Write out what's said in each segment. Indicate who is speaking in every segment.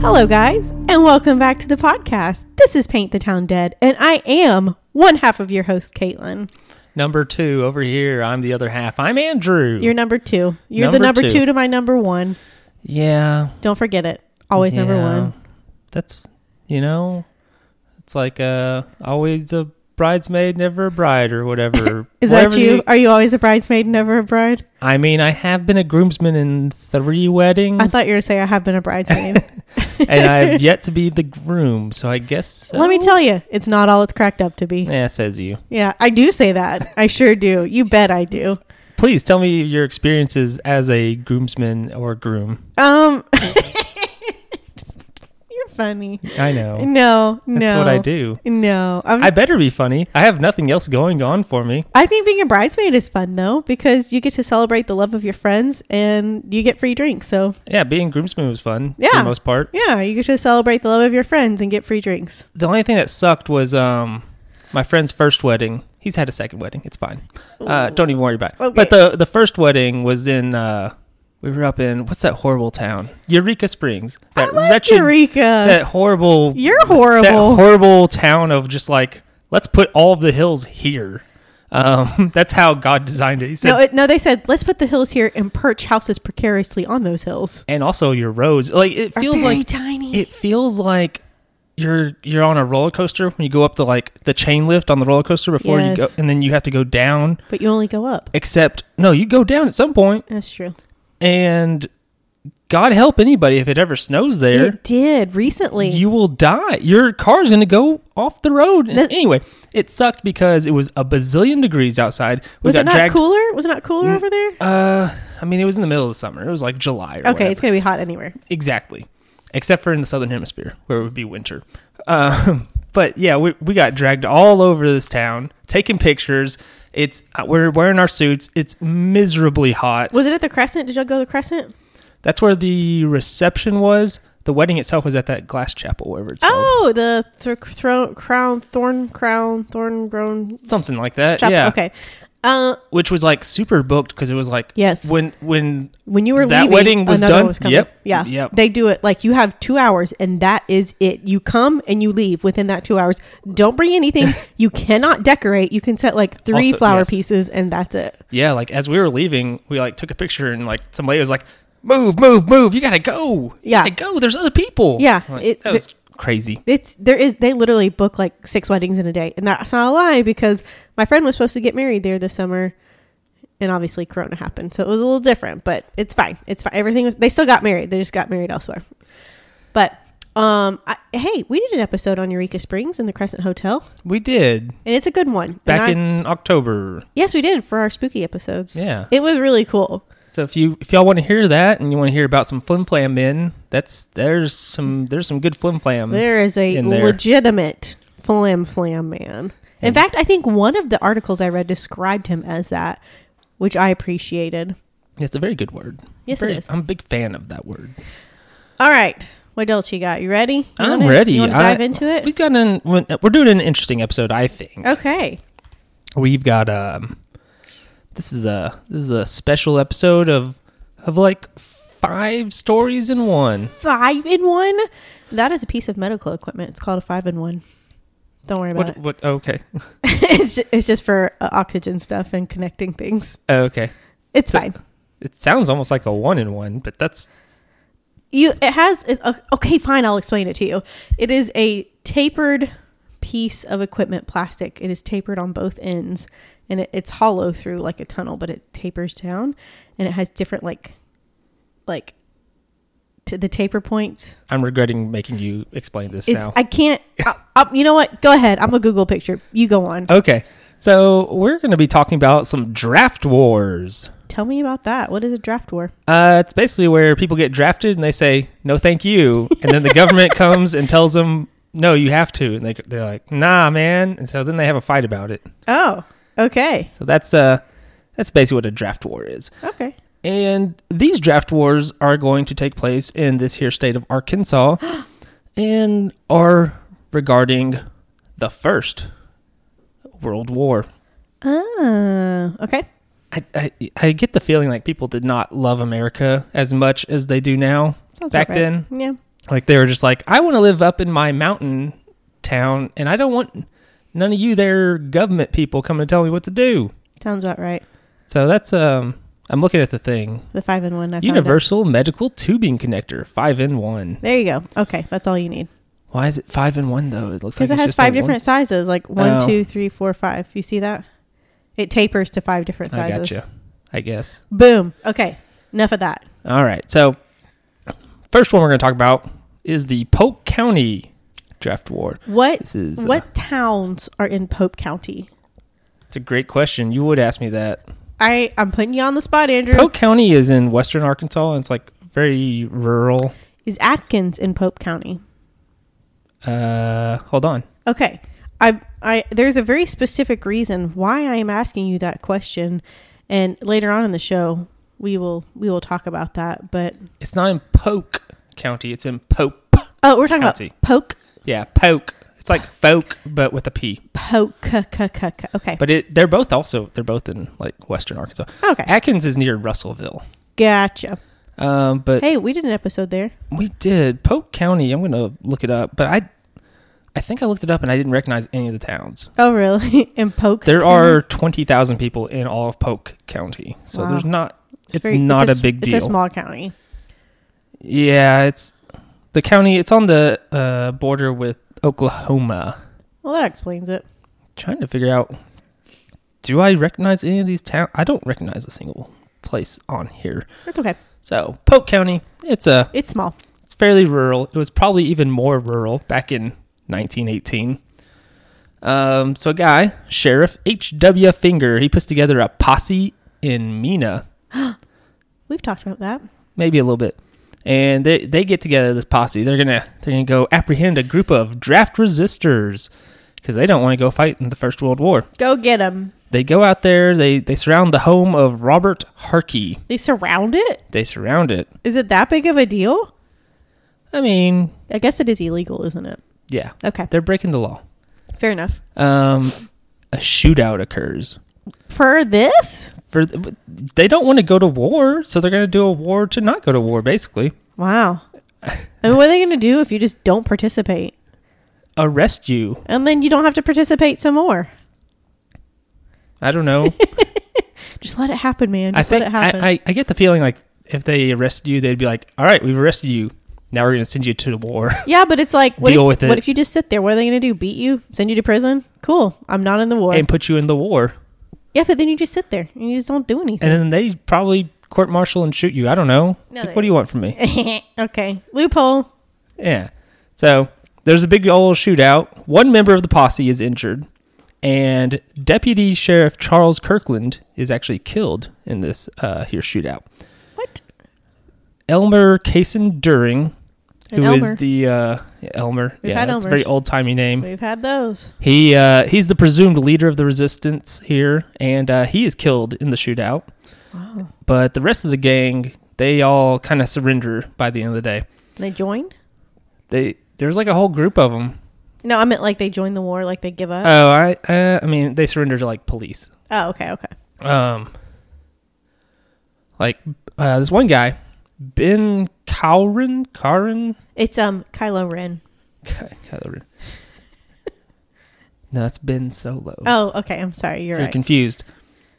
Speaker 1: Hello, guys, and welcome back to the podcast. This is Paint the Town Dead, and I am one half of your host, Caitlin.
Speaker 2: Number two over here. I'm the other half. I'm Andrew.
Speaker 1: You're number two. You're the
Speaker 2: Number
Speaker 1: number two.
Speaker 2: two.
Speaker 1: to my number one.
Speaker 2: yeah.
Speaker 1: Don't forget it. Always number
Speaker 2: yeah.
Speaker 1: one.
Speaker 2: That's you know, it's like uh always a bridesmaid, never a bride, or whatever.
Speaker 1: Is
Speaker 2: Whatever
Speaker 1: that you? Are you always a bridesmaid, never a bride?
Speaker 2: I mean, I have been a groomsman in three weddings.
Speaker 1: I thought you were saying I have been a bridesmaid.
Speaker 2: and I have yet to be the groom, so I guess. So.
Speaker 1: Let me tell you, it's not all it's cracked up to be. Yeah.
Speaker 2: Yeah, says you.
Speaker 1: I do say that. I sure do. You bet I do.
Speaker 2: Please tell me your experiences as a groomsman or groom.
Speaker 1: Um, you're funny.
Speaker 2: I know
Speaker 1: No, no. Mm.
Speaker 2: that's what I do.
Speaker 1: No, I'm
Speaker 2: I better be funny. I have nothing else going on for me.
Speaker 1: I think being a bridesmaid is fun though because you get to celebrate the love of your friends and you get free drinks. So
Speaker 2: Yeah, being groomsman was fun for
Speaker 1: Yeah.
Speaker 2: the most part.
Speaker 1: yeah, you get to celebrate the love of your friends and get free drinks.
Speaker 2: The only thing that sucked was um my friend's first wedding. He's had a second wedding. It's fine. Uh, don't even worry about it.
Speaker 1: Okay.
Speaker 2: But the the first wedding was in uh we were up in what's that horrible town? Eureka Springs. That
Speaker 1: I like Eureka.
Speaker 2: that horrible
Speaker 1: You're
Speaker 2: that
Speaker 1: horrible.
Speaker 2: horrible town of just like let's put all of the hills here. Um, that's how God designed it. He said,
Speaker 1: no, it, no, they said let's put the hills here and perch houses precariously on those hills.
Speaker 2: and also your roads. Like it
Speaker 1: Are
Speaker 2: feels
Speaker 1: very
Speaker 2: like
Speaker 1: tiny.
Speaker 2: it feels like you're you're on a roller coaster when you go up the like the chain lift on the roller coaster before you go
Speaker 1: Yes.
Speaker 2: and then you have to go down
Speaker 1: but you only go up.
Speaker 2: except no you go down at some point
Speaker 1: That's true.
Speaker 2: and god help anybody if it ever snows there
Speaker 1: It did recently.
Speaker 2: you will die your car's going to go off the road
Speaker 1: That-
Speaker 2: anyway it sucked because it was a bazillion degrees outside we
Speaker 1: was
Speaker 2: got
Speaker 1: it not
Speaker 2: dragged Mm.
Speaker 1: cooler? Was it not cooler over there?
Speaker 2: uh i mean it was in the middle of the summer it was like july or
Speaker 1: okay,
Speaker 2: whatever.
Speaker 1: it's gonna be hot anywhere.
Speaker 2: Exactly. Except for in the southern hemisphere, where it would be winter. Um, but yeah, we, we got dragged all over this town, taking pictures. It's uh, we're wearing our suits. It's miserably hot.
Speaker 1: Was it at the Crescent? Did y'all go to the Crescent?
Speaker 2: That's where the reception was. The wedding itself was at that glass chapel, wherever it's called.
Speaker 1: Oh, the thr thro- crown, thorn crown, thorn grown
Speaker 2: something like that.
Speaker 1: Chap-
Speaker 2: yeah,
Speaker 1: Okay. Uh,
Speaker 2: which was like super booked because it was like
Speaker 1: Yes.
Speaker 2: when when
Speaker 1: when you were
Speaker 2: That
Speaker 1: leaving,
Speaker 2: wedding was
Speaker 1: another
Speaker 2: done?
Speaker 1: one Was coming.
Speaker 2: Yep.
Speaker 1: Yeah.
Speaker 2: Yep.
Speaker 1: They do it like you have two hours, and that is it. You come and you leave within that two hours. Don't bring anything. you cannot decorate. You can set like three
Speaker 2: Also-
Speaker 1: flower
Speaker 2: yes.
Speaker 1: pieces, and that's it.
Speaker 2: yeah like as we were leaving, we like took a picture and like somebody was like, "Move, move, move! You gotta go! You
Speaker 1: Yeah.
Speaker 2: gotta go! There's other people!"
Speaker 1: Yeah,
Speaker 2: Like,
Speaker 1: it-
Speaker 2: that was crazy.
Speaker 1: It's there is they literally book like six weddings in a day, and that's not a lie because my friend was supposed to get married there this summer, and obviously Corona happened, so it was a little different. But it's fine. It's fine. Everything was they still got married. They just got married elsewhere. But um, I, hey, we did an episode on Eureka Springs and the Crescent Hotel,
Speaker 2: We did
Speaker 1: and it's a good one. And
Speaker 2: back
Speaker 1: I-
Speaker 2: in October.
Speaker 1: yes, we did for our spooky episodes.
Speaker 2: Yeah.
Speaker 1: it was really cool.
Speaker 2: So if you if y'all want to hear that and you want to hear about some flim flam men, that's there's some there's some good flim flam.
Speaker 1: There is a
Speaker 2: in there.
Speaker 1: legitimate flim flam man. In fact, I think one of the articles I read described him as that, which I appreciated.
Speaker 2: It's a very good word.
Speaker 1: Yes, it
Speaker 2: Very-
Speaker 1: is.
Speaker 2: I'm a big fan of that word.
Speaker 1: All right, what else you got? You ready? You
Speaker 2: I'm
Speaker 1: wanna-
Speaker 2: ready.
Speaker 1: You want to
Speaker 2: I-
Speaker 1: dive into it?
Speaker 2: We've got an we're doing an interesting episode. I think
Speaker 1: Okay.
Speaker 2: we've got um this is a this is a special episode of of like five stories in one.
Speaker 1: Five in one. That is a piece of medical equipment. It's called a five in one. Don't worry about
Speaker 2: What
Speaker 1: it.
Speaker 2: what? oh, Okay,
Speaker 1: it's, just, it's just for uh, oxygen stuff and connecting things.
Speaker 2: Oh, okay.
Speaker 1: It's
Speaker 2: So-
Speaker 1: fine.
Speaker 2: It sounds almost like a one in one, but that's
Speaker 1: You it has it, uh, okay. Fine, I'll explain it to you. It is a tapered piece of equipment plastic. It is tapered on both ends, and it, it's hollow through like a tunnel, but it tapers down, and it has different like like to the taper points.
Speaker 2: I'm regretting making you explain this
Speaker 1: It's
Speaker 2: now.
Speaker 1: I can't. I, I, you know what? Go ahead. I'm a Google picture. You go on.
Speaker 2: Okay. So we're going to be talking about some draft wars.
Speaker 1: Tell me about that. What is a draft war?
Speaker 2: Uh, it's basically where people get drafted and they say, no, thank you. And then the government comes and tells them, no, you have to. And they, they're like, nah, man. And so then they have a fight about it.
Speaker 1: Oh, okay,
Speaker 2: So that's, uh, that's basically what a draft war is.
Speaker 1: okay.
Speaker 2: And these draft wars are going to take place in this here state of Arkansas and are regarding the first World War.
Speaker 1: Oh, okay.
Speaker 2: I, I I get the feeling like people did not love America as much as they do now.
Speaker 1: Sounds
Speaker 2: Back
Speaker 1: about right.
Speaker 2: then,
Speaker 1: yeah.
Speaker 2: Like they were just like, I want to live up in my mountain town, and I don't want none of you there government people coming to tell me what to do.
Speaker 1: Sounds about right.
Speaker 2: So that's um. I'm looking at the thing.
Speaker 1: The five in one. I found it.
Speaker 2: Universal medical tubing connector, five in one.
Speaker 1: There you go. Okay, that's all you need
Speaker 2: Why is it five in one though? It looks like
Speaker 1: because it
Speaker 2: it's
Speaker 1: has
Speaker 2: just a
Speaker 1: five
Speaker 2: one-
Speaker 1: different sizes, like one,
Speaker 2: Oh.
Speaker 1: two, three, four, five. You see that? It tapers to five different
Speaker 2: I
Speaker 1: sizes.
Speaker 2: gotcha. I guess.
Speaker 1: Boom. Okay. Enough of that.
Speaker 2: All right. So, first one we're going to talk about is the Polk County draft war.
Speaker 1: What
Speaker 2: This is uh,
Speaker 1: what towns are in Pope County?
Speaker 2: it's a great question. You would ask me that.
Speaker 1: I I'm putting you on the spot, Andrew.
Speaker 2: Polk County is in western Arkansas, and it's like very rural.
Speaker 1: Is Atkins in Pope County?
Speaker 2: Uh, hold on.
Speaker 1: Okay. I I there's a very specific reason why I am asking you that question and later on in the show we will we will talk about that. But
Speaker 2: It's not in Polk County. It's in Pope.
Speaker 1: oh, we're talking
Speaker 2: County.
Speaker 1: about Poke
Speaker 2: Yeah, Polk. It's like folk, but with a P.
Speaker 1: Poke c- c- c- c- Okay.
Speaker 2: But it they're both also they're both in like western Arkansas.
Speaker 1: okay.
Speaker 2: Atkins is near Russellville.
Speaker 1: gotcha.
Speaker 2: Um, but
Speaker 1: Hey, we did an episode there.
Speaker 2: We did Polk County. I'm gonna look it up, but I, I think I looked it up and I didn't recognize any of the towns.
Speaker 1: Oh, really? in Poke.
Speaker 2: There
Speaker 1: County?
Speaker 2: are twenty thousand people in all of Polk County, so
Speaker 1: Wow.
Speaker 2: there's not. It's,
Speaker 1: very-
Speaker 2: not a
Speaker 1: s-
Speaker 2: big deal.
Speaker 1: It's a small county.
Speaker 2: yeah, it's the county. It's on the uh, border with Oklahoma.
Speaker 1: Well, that explains it.
Speaker 2: Trying to figure out, do I recognize any of these towns? I don't recognize a single place on here.
Speaker 1: That's okay.
Speaker 2: So Polk County, it's a
Speaker 1: It's small.
Speaker 2: It's fairly rural. It was probably even more rural back in 1918. Um, so a guy, Sheriff H.W. Finger, he puts together a posse in Mina,
Speaker 1: We've talked about that.
Speaker 2: maybe a little bit, and they they get together this posse. They're gonna they're gonna go apprehend a group of draft resistors because they don't want to go fight in the First World War.
Speaker 1: Go get them.
Speaker 2: They go out there. They they surround the home of Robert Harkey.
Speaker 1: They surround it.
Speaker 2: They surround it.
Speaker 1: Is it that big of a deal?
Speaker 2: I mean,
Speaker 1: I guess it is illegal, isn't it?
Speaker 2: yeah,
Speaker 1: Okay,
Speaker 2: they're breaking the law.
Speaker 1: fair enough.
Speaker 2: Um, a shootout occurs.
Speaker 1: For this?
Speaker 2: for but they don't want to go to war, so they're going to do a war to not go to war, basically.
Speaker 1: Wow. and what are they going to do if you just don't participate?
Speaker 2: Arrest you.
Speaker 1: And then you don't have to participate some more.
Speaker 2: I don't know.
Speaker 1: Just let it happen, man.
Speaker 2: I
Speaker 1: Just
Speaker 2: think
Speaker 1: let it happen.
Speaker 2: I, I, I get the feeling like if they arrested you, they'd be like, "All right, we've arrested you. Now we're going to send you to the war."
Speaker 1: yeah, but it's like, what
Speaker 2: Deal
Speaker 1: if,
Speaker 2: with it.
Speaker 1: What if you just sit there? What are they going to do? Beat you? Send you to prison? Cool. I'm not in the war.
Speaker 2: and put you in the war,
Speaker 1: yeah, but then you just sit there and you just don't do anything.
Speaker 2: and then they probably court martial and shoot you. I don't know.
Speaker 1: No,
Speaker 2: Like,
Speaker 1: they-
Speaker 2: what do you want from me?
Speaker 1: okay. Loophole.
Speaker 2: Yeah. So there's a big old shootout. One member of the posse is injured, and Deputy Sheriff Charles Kirkland is actually killed in this uh, here shootout.
Speaker 1: What?
Speaker 2: Elmer Kaysen During,
Speaker 1: An
Speaker 2: who is
Speaker 1: Elmer.
Speaker 2: the uh, yeah, Elmer.
Speaker 1: We've
Speaker 2: yeah,
Speaker 1: had
Speaker 2: that's a very
Speaker 1: Elmers.
Speaker 2: old timey name.
Speaker 1: We've had those.
Speaker 2: He uh, he's the presumed leader of the resistance here, and uh, he is killed in the shootout.
Speaker 1: Wow.
Speaker 2: But the rest of the gang, they all kind of surrender by the end of the day.
Speaker 1: They joined?
Speaker 2: They there's like a whole group of them.
Speaker 1: No, I meant like they join the war, like they give up.
Speaker 2: Oh, I uh, I mean they surrender to like police.
Speaker 1: oh, okay, okay.
Speaker 2: Um, like uh, this one guy, Ben Cowran Cowran.
Speaker 1: It's um Kylo Ren.
Speaker 2: Ky- Kylo Ren. no, that's Ben Solo.
Speaker 1: Oh, okay. I'm sorry. You're
Speaker 2: You're
Speaker 1: right.
Speaker 2: confused.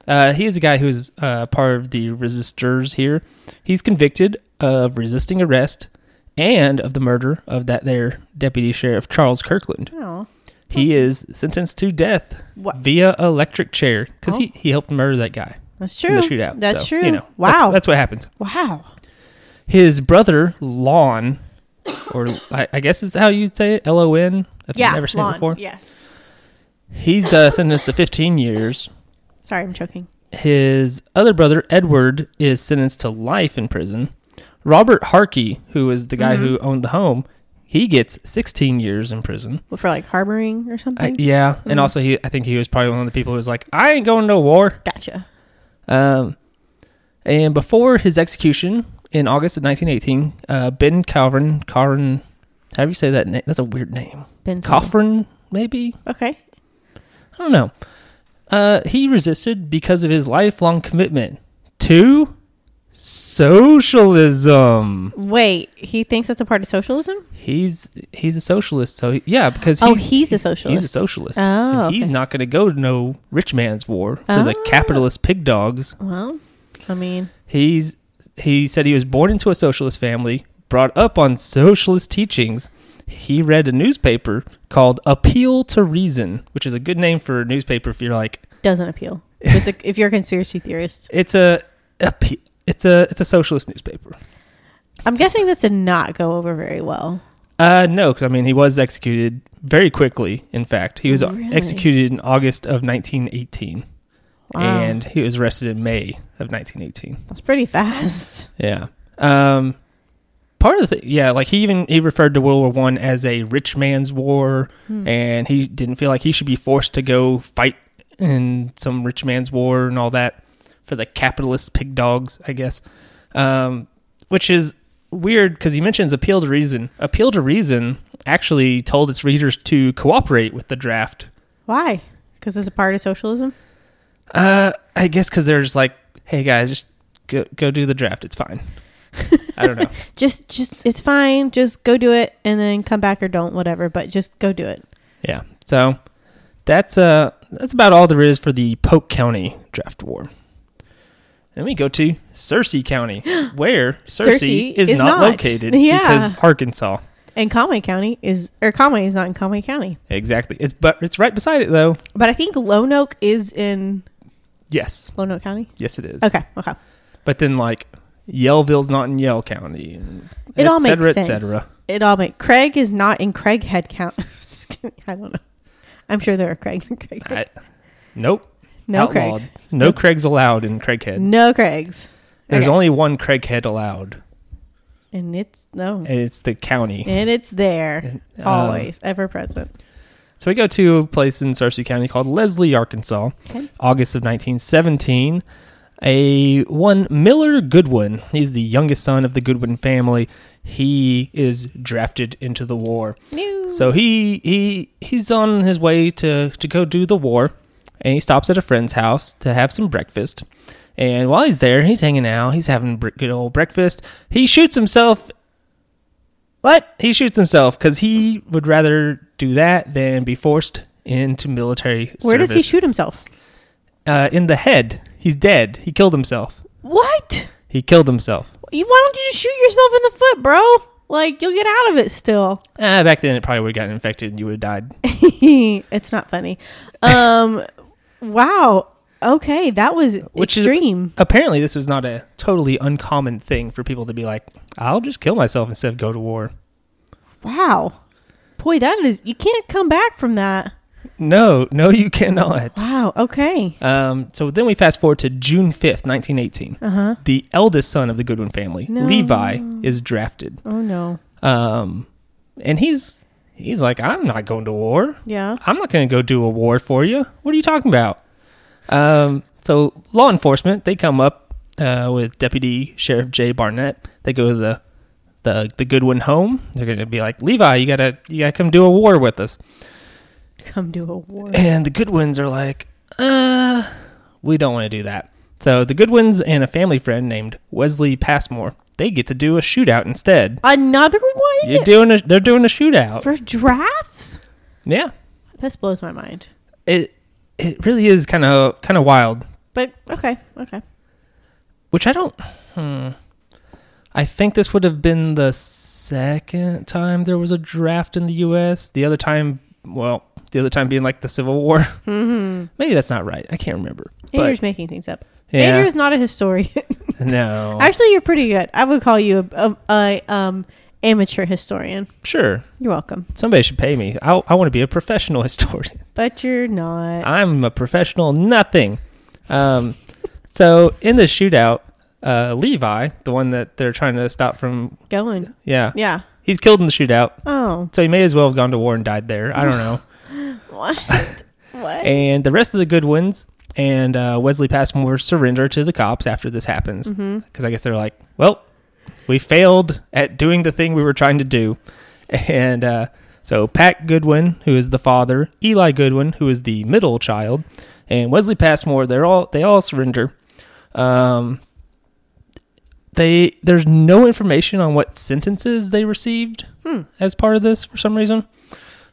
Speaker 2: Uh, he is a guy who is uh, part of the resistors here. He's convicted of resisting arrest and of the murder of that there deputy sheriff Charles Kirkland.
Speaker 1: Oh,
Speaker 2: He is sentenced to death
Speaker 1: What?
Speaker 2: via electric chair because
Speaker 1: Oh.
Speaker 2: he, he helped murder that guy
Speaker 1: that's
Speaker 2: in
Speaker 1: true.
Speaker 2: the shootout.
Speaker 1: That's
Speaker 2: So,
Speaker 1: true.
Speaker 2: You know, that's-
Speaker 1: wow.
Speaker 2: that's what happens.
Speaker 1: wow.
Speaker 2: His brother Lon, or I, I guess is how you'd say it, L O N. If
Speaker 1: Yeah.
Speaker 2: you've never seen
Speaker 1: Lon,
Speaker 2: it before,
Speaker 1: Yes.
Speaker 2: he's uh, sentenced to 15 years.
Speaker 1: Sorry, I'm choking.
Speaker 2: His other brother Edward is sentenced to life in prison. Robert Harkey, who is the guy who owned the home, he gets 16 years in prison.
Speaker 1: Well, for like harboring or
Speaker 2: I,
Speaker 1: something.
Speaker 2: yeah, and also he, I think he was probably one of the people who was like, "I ain't going to war."
Speaker 1: gotcha.
Speaker 2: Um, and before his execution in August of 1918, uh, Ben Calvin, Carvin, how do you say that name? That's a weird name.
Speaker 1: Been
Speaker 2: Coffin, maybe?
Speaker 1: Okay.
Speaker 2: I don't know. Uh, he resisted because of his lifelong commitment to Socialism.
Speaker 1: Wait, he thinks that's a part of socialism?
Speaker 2: He's he's a socialist, so he- yeah, because he's,
Speaker 1: Oh, he's a
Speaker 2: he's
Speaker 1: socialist.
Speaker 2: a socialist.
Speaker 1: Oh,
Speaker 2: and he's
Speaker 1: okay.
Speaker 2: not going to go to no rich man's war for the
Speaker 1: Ah.
Speaker 2: capitalist pig dogs.
Speaker 1: well, I mean,
Speaker 2: He's he said he was born into a socialist family, brought up on socialist teachings. He read a newspaper called Appeal to Reason, which is a good name for a newspaper if you're like
Speaker 1: doesn't appeal. If, it's a, if you're a conspiracy theorist,
Speaker 2: it's a, a pe- it's a it's a socialist newspaper.
Speaker 1: I'm guessing this did not go over very well.
Speaker 2: Uh, no, because I mean he was executed very quickly. In fact, he was
Speaker 1: Really?
Speaker 2: executed in August of 1918,
Speaker 1: Wow,
Speaker 2: and he was arrested in May of 1918.
Speaker 1: that's pretty fast.
Speaker 2: Yeah. Um, part of the thing, yeah, like he even he referred to World War One as a rich man's war, and he didn't feel like he should be forced to go fight in some rich man's war and all that for the capitalist pig dogs, I guess. Um, which is weird because he mentions appeal to reason. Appeal to reason actually told its readers to cooperate with the draft.
Speaker 1: Why? Because it's a part of socialism.
Speaker 2: Uh, I guess because they're just like, hey guys, just go go do the draft. It's fine. I don't know.
Speaker 1: Just, just it's fine. Just go do it, and then come back or don't, whatever. But just go do it.
Speaker 2: Yeah. So that's uh that's about all there is for the Polk County draft war. Then we go to Searcy County, where Searcy,
Speaker 1: Searcy
Speaker 2: is,
Speaker 1: is
Speaker 2: not,
Speaker 1: not.
Speaker 2: located
Speaker 1: Yeah.
Speaker 2: because Arkansas.
Speaker 1: And Conway County is, or Conway is not in Conway County.
Speaker 2: Exactly. It's but it's right beside it though.
Speaker 1: But I think Lone Oak is in
Speaker 2: Yes.
Speaker 1: Lone Oak County.
Speaker 2: Yes it is.
Speaker 1: Okay, okay.
Speaker 2: But then like Yellville's not in Yell County. And
Speaker 1: It all
Speaker 2: et
Speaker 1: makes
Speaker 2: cetera, et
Speaker 1: sense.
Speaker 2: cetera.
Speaker 1: It all makes Craig is not in Craighead County. Just kidding. I don't know. I'm sure there are Craigs in Craighead.
Speaker 2: I- nope.
Speaker 1: no
Speaker 2: outlawed.
Speaker 1: Craigs.
Speaker 2: No Craigs allowed in Craighead.
Speaker 1: No Craigs.
Speaker 2: There's
Speaker 1: Okay.
Speaker 2: only one Craighead allowed.
Speaker 1: and it's no,
Speaker 2: and It's the county.
Speaker 1: and it's there
Speaker 2: And, um,
Speaker 1: always, ever present.
Speaker 2: So we go to a place in Searcy County called Leslie, Arkansas,
Speaker 1: Okay.
Speaker 2: August of 1917. A one Miller Goodwin. He's the youngest son of the Goodwin family. He is drafted into the war.
Speaker 1: New.
Speaker 2: So he he he's on his way to to go do the war, and he stops at a friend's house to have some breakfast. And while he's there, he's hanging out. He's having br- good old breakfast. He shoots himself
Speaker 1: what?
Speaker 2: he shoots himself because he would rather do that than be forced into military
Speaker 1: Where does he
Speaker 2: service.
Speaker 1: shoot himself?
Speaker 2: Uh, in the head. He's dead. He killed himself.
Speaker 1: What?
Speaker 2: He killed himself.
Speaker 1: You, why don't you just shoot yourself in the foot, bro? Like you'll get out of it still.
Speaker 2: Uh, back then, it probably would have gotten infected and you would have died.
Speaker 1: it's not funny. Um, wow. Okay, that was
Speaker 2: Which is-
Speaker 1: extreme.
Speaker 2: Apparently, this was not a totally uncommon thing for people to be like, I'll just kill myself instead of go to war.
Speaker 1: wow. Boy, that is you can't come back from that.
Speaker 2: No, no, you cannot.
Speaker 1: Wow. Okay.
Speaker 2: Um, so then we fast forward to June 5th, 1918.
Speaker 1: Uh huh.
Speaker 2: The eldest son of the Goodwin family,
Speaker 1: No.
Speaker 2: Levi, is drafted.
Speaker 1: Oh no.
Speaker 2: Um, and he's he's like, I'm not going to war.
Speaker 1: Yeah.
Speaker 2: I'm not going to go do a war for you. What are you talking about? Um, so law enforcement they come up uh, with Deputy Sheriff Jay Barnett. They go to the the the Goodwin home. They're going to be like, Levi, you gotta you gotta come do a war with us.
Speaker 1: Come do a war.
Speaker 2: And the Goodwins are like, uh, we don't want to do that. So the Goodwins and a family friend named Wesley Passmore they get to do a shootout instead.
Speaker 1: Another one
Speaker 2: You're doing a, they're doing a shootout.
Speaker 1: for drafts.
Speaker 2: Yeah,
Speaker 1: This blows my mind.
Speaker 2: it it really is kind of kind of wild.
Speaker 1: But okay, okay.
Speaker 2: Which I don't. Hmm. I think this would have been the second time there was a draft in the U.S. The other time, well, the other time being like the Civil War.
Speaker 1: Mm-hmm.
Speaker 2: Maybe that's not right. I can't remember.
Speaker 1: Andrew's making things up.
Speaker 2: Yeah, Oh.
Speaker 1: Andrew's not a historian.
Speaker 2: no,
Speaker 1: Actually, you're pretty good. I would call you a, a, a um amateur historian.
Speaker 2: sure.
Speaker 1: You're welcome,
Speaker 2: Somebody should pay me. I, I want to be a professional historian.
Speaker 1: but you're not.
Speaker 2: I'm a professional nothing. Um, so in the shootout, uh, Levi, the one that they're trying to stop from,
Speaker 1: going.
Speaker 2: yeah,
Speaker 1: Yeah.
Speaker 2: he's killed in the shootout.
Speaker 1: Oh.
Speaker 2: So he may as well have gone to war and died there. I don't know.
Speaker 1: What? what?
Speaker 2: and the rest of the Goodwins and uh, Wesley Passmore surrender to the cops after this happens because I guess they're like, well, we failed at doing the thing we were trying to do, and uh, so Pat Goodwin, who is the father, Eli Goodwin, who is the middle child, and Wesley Passmore, they're all they all surrender. Um, they there's no information on what sentences they received as part of this for some reason.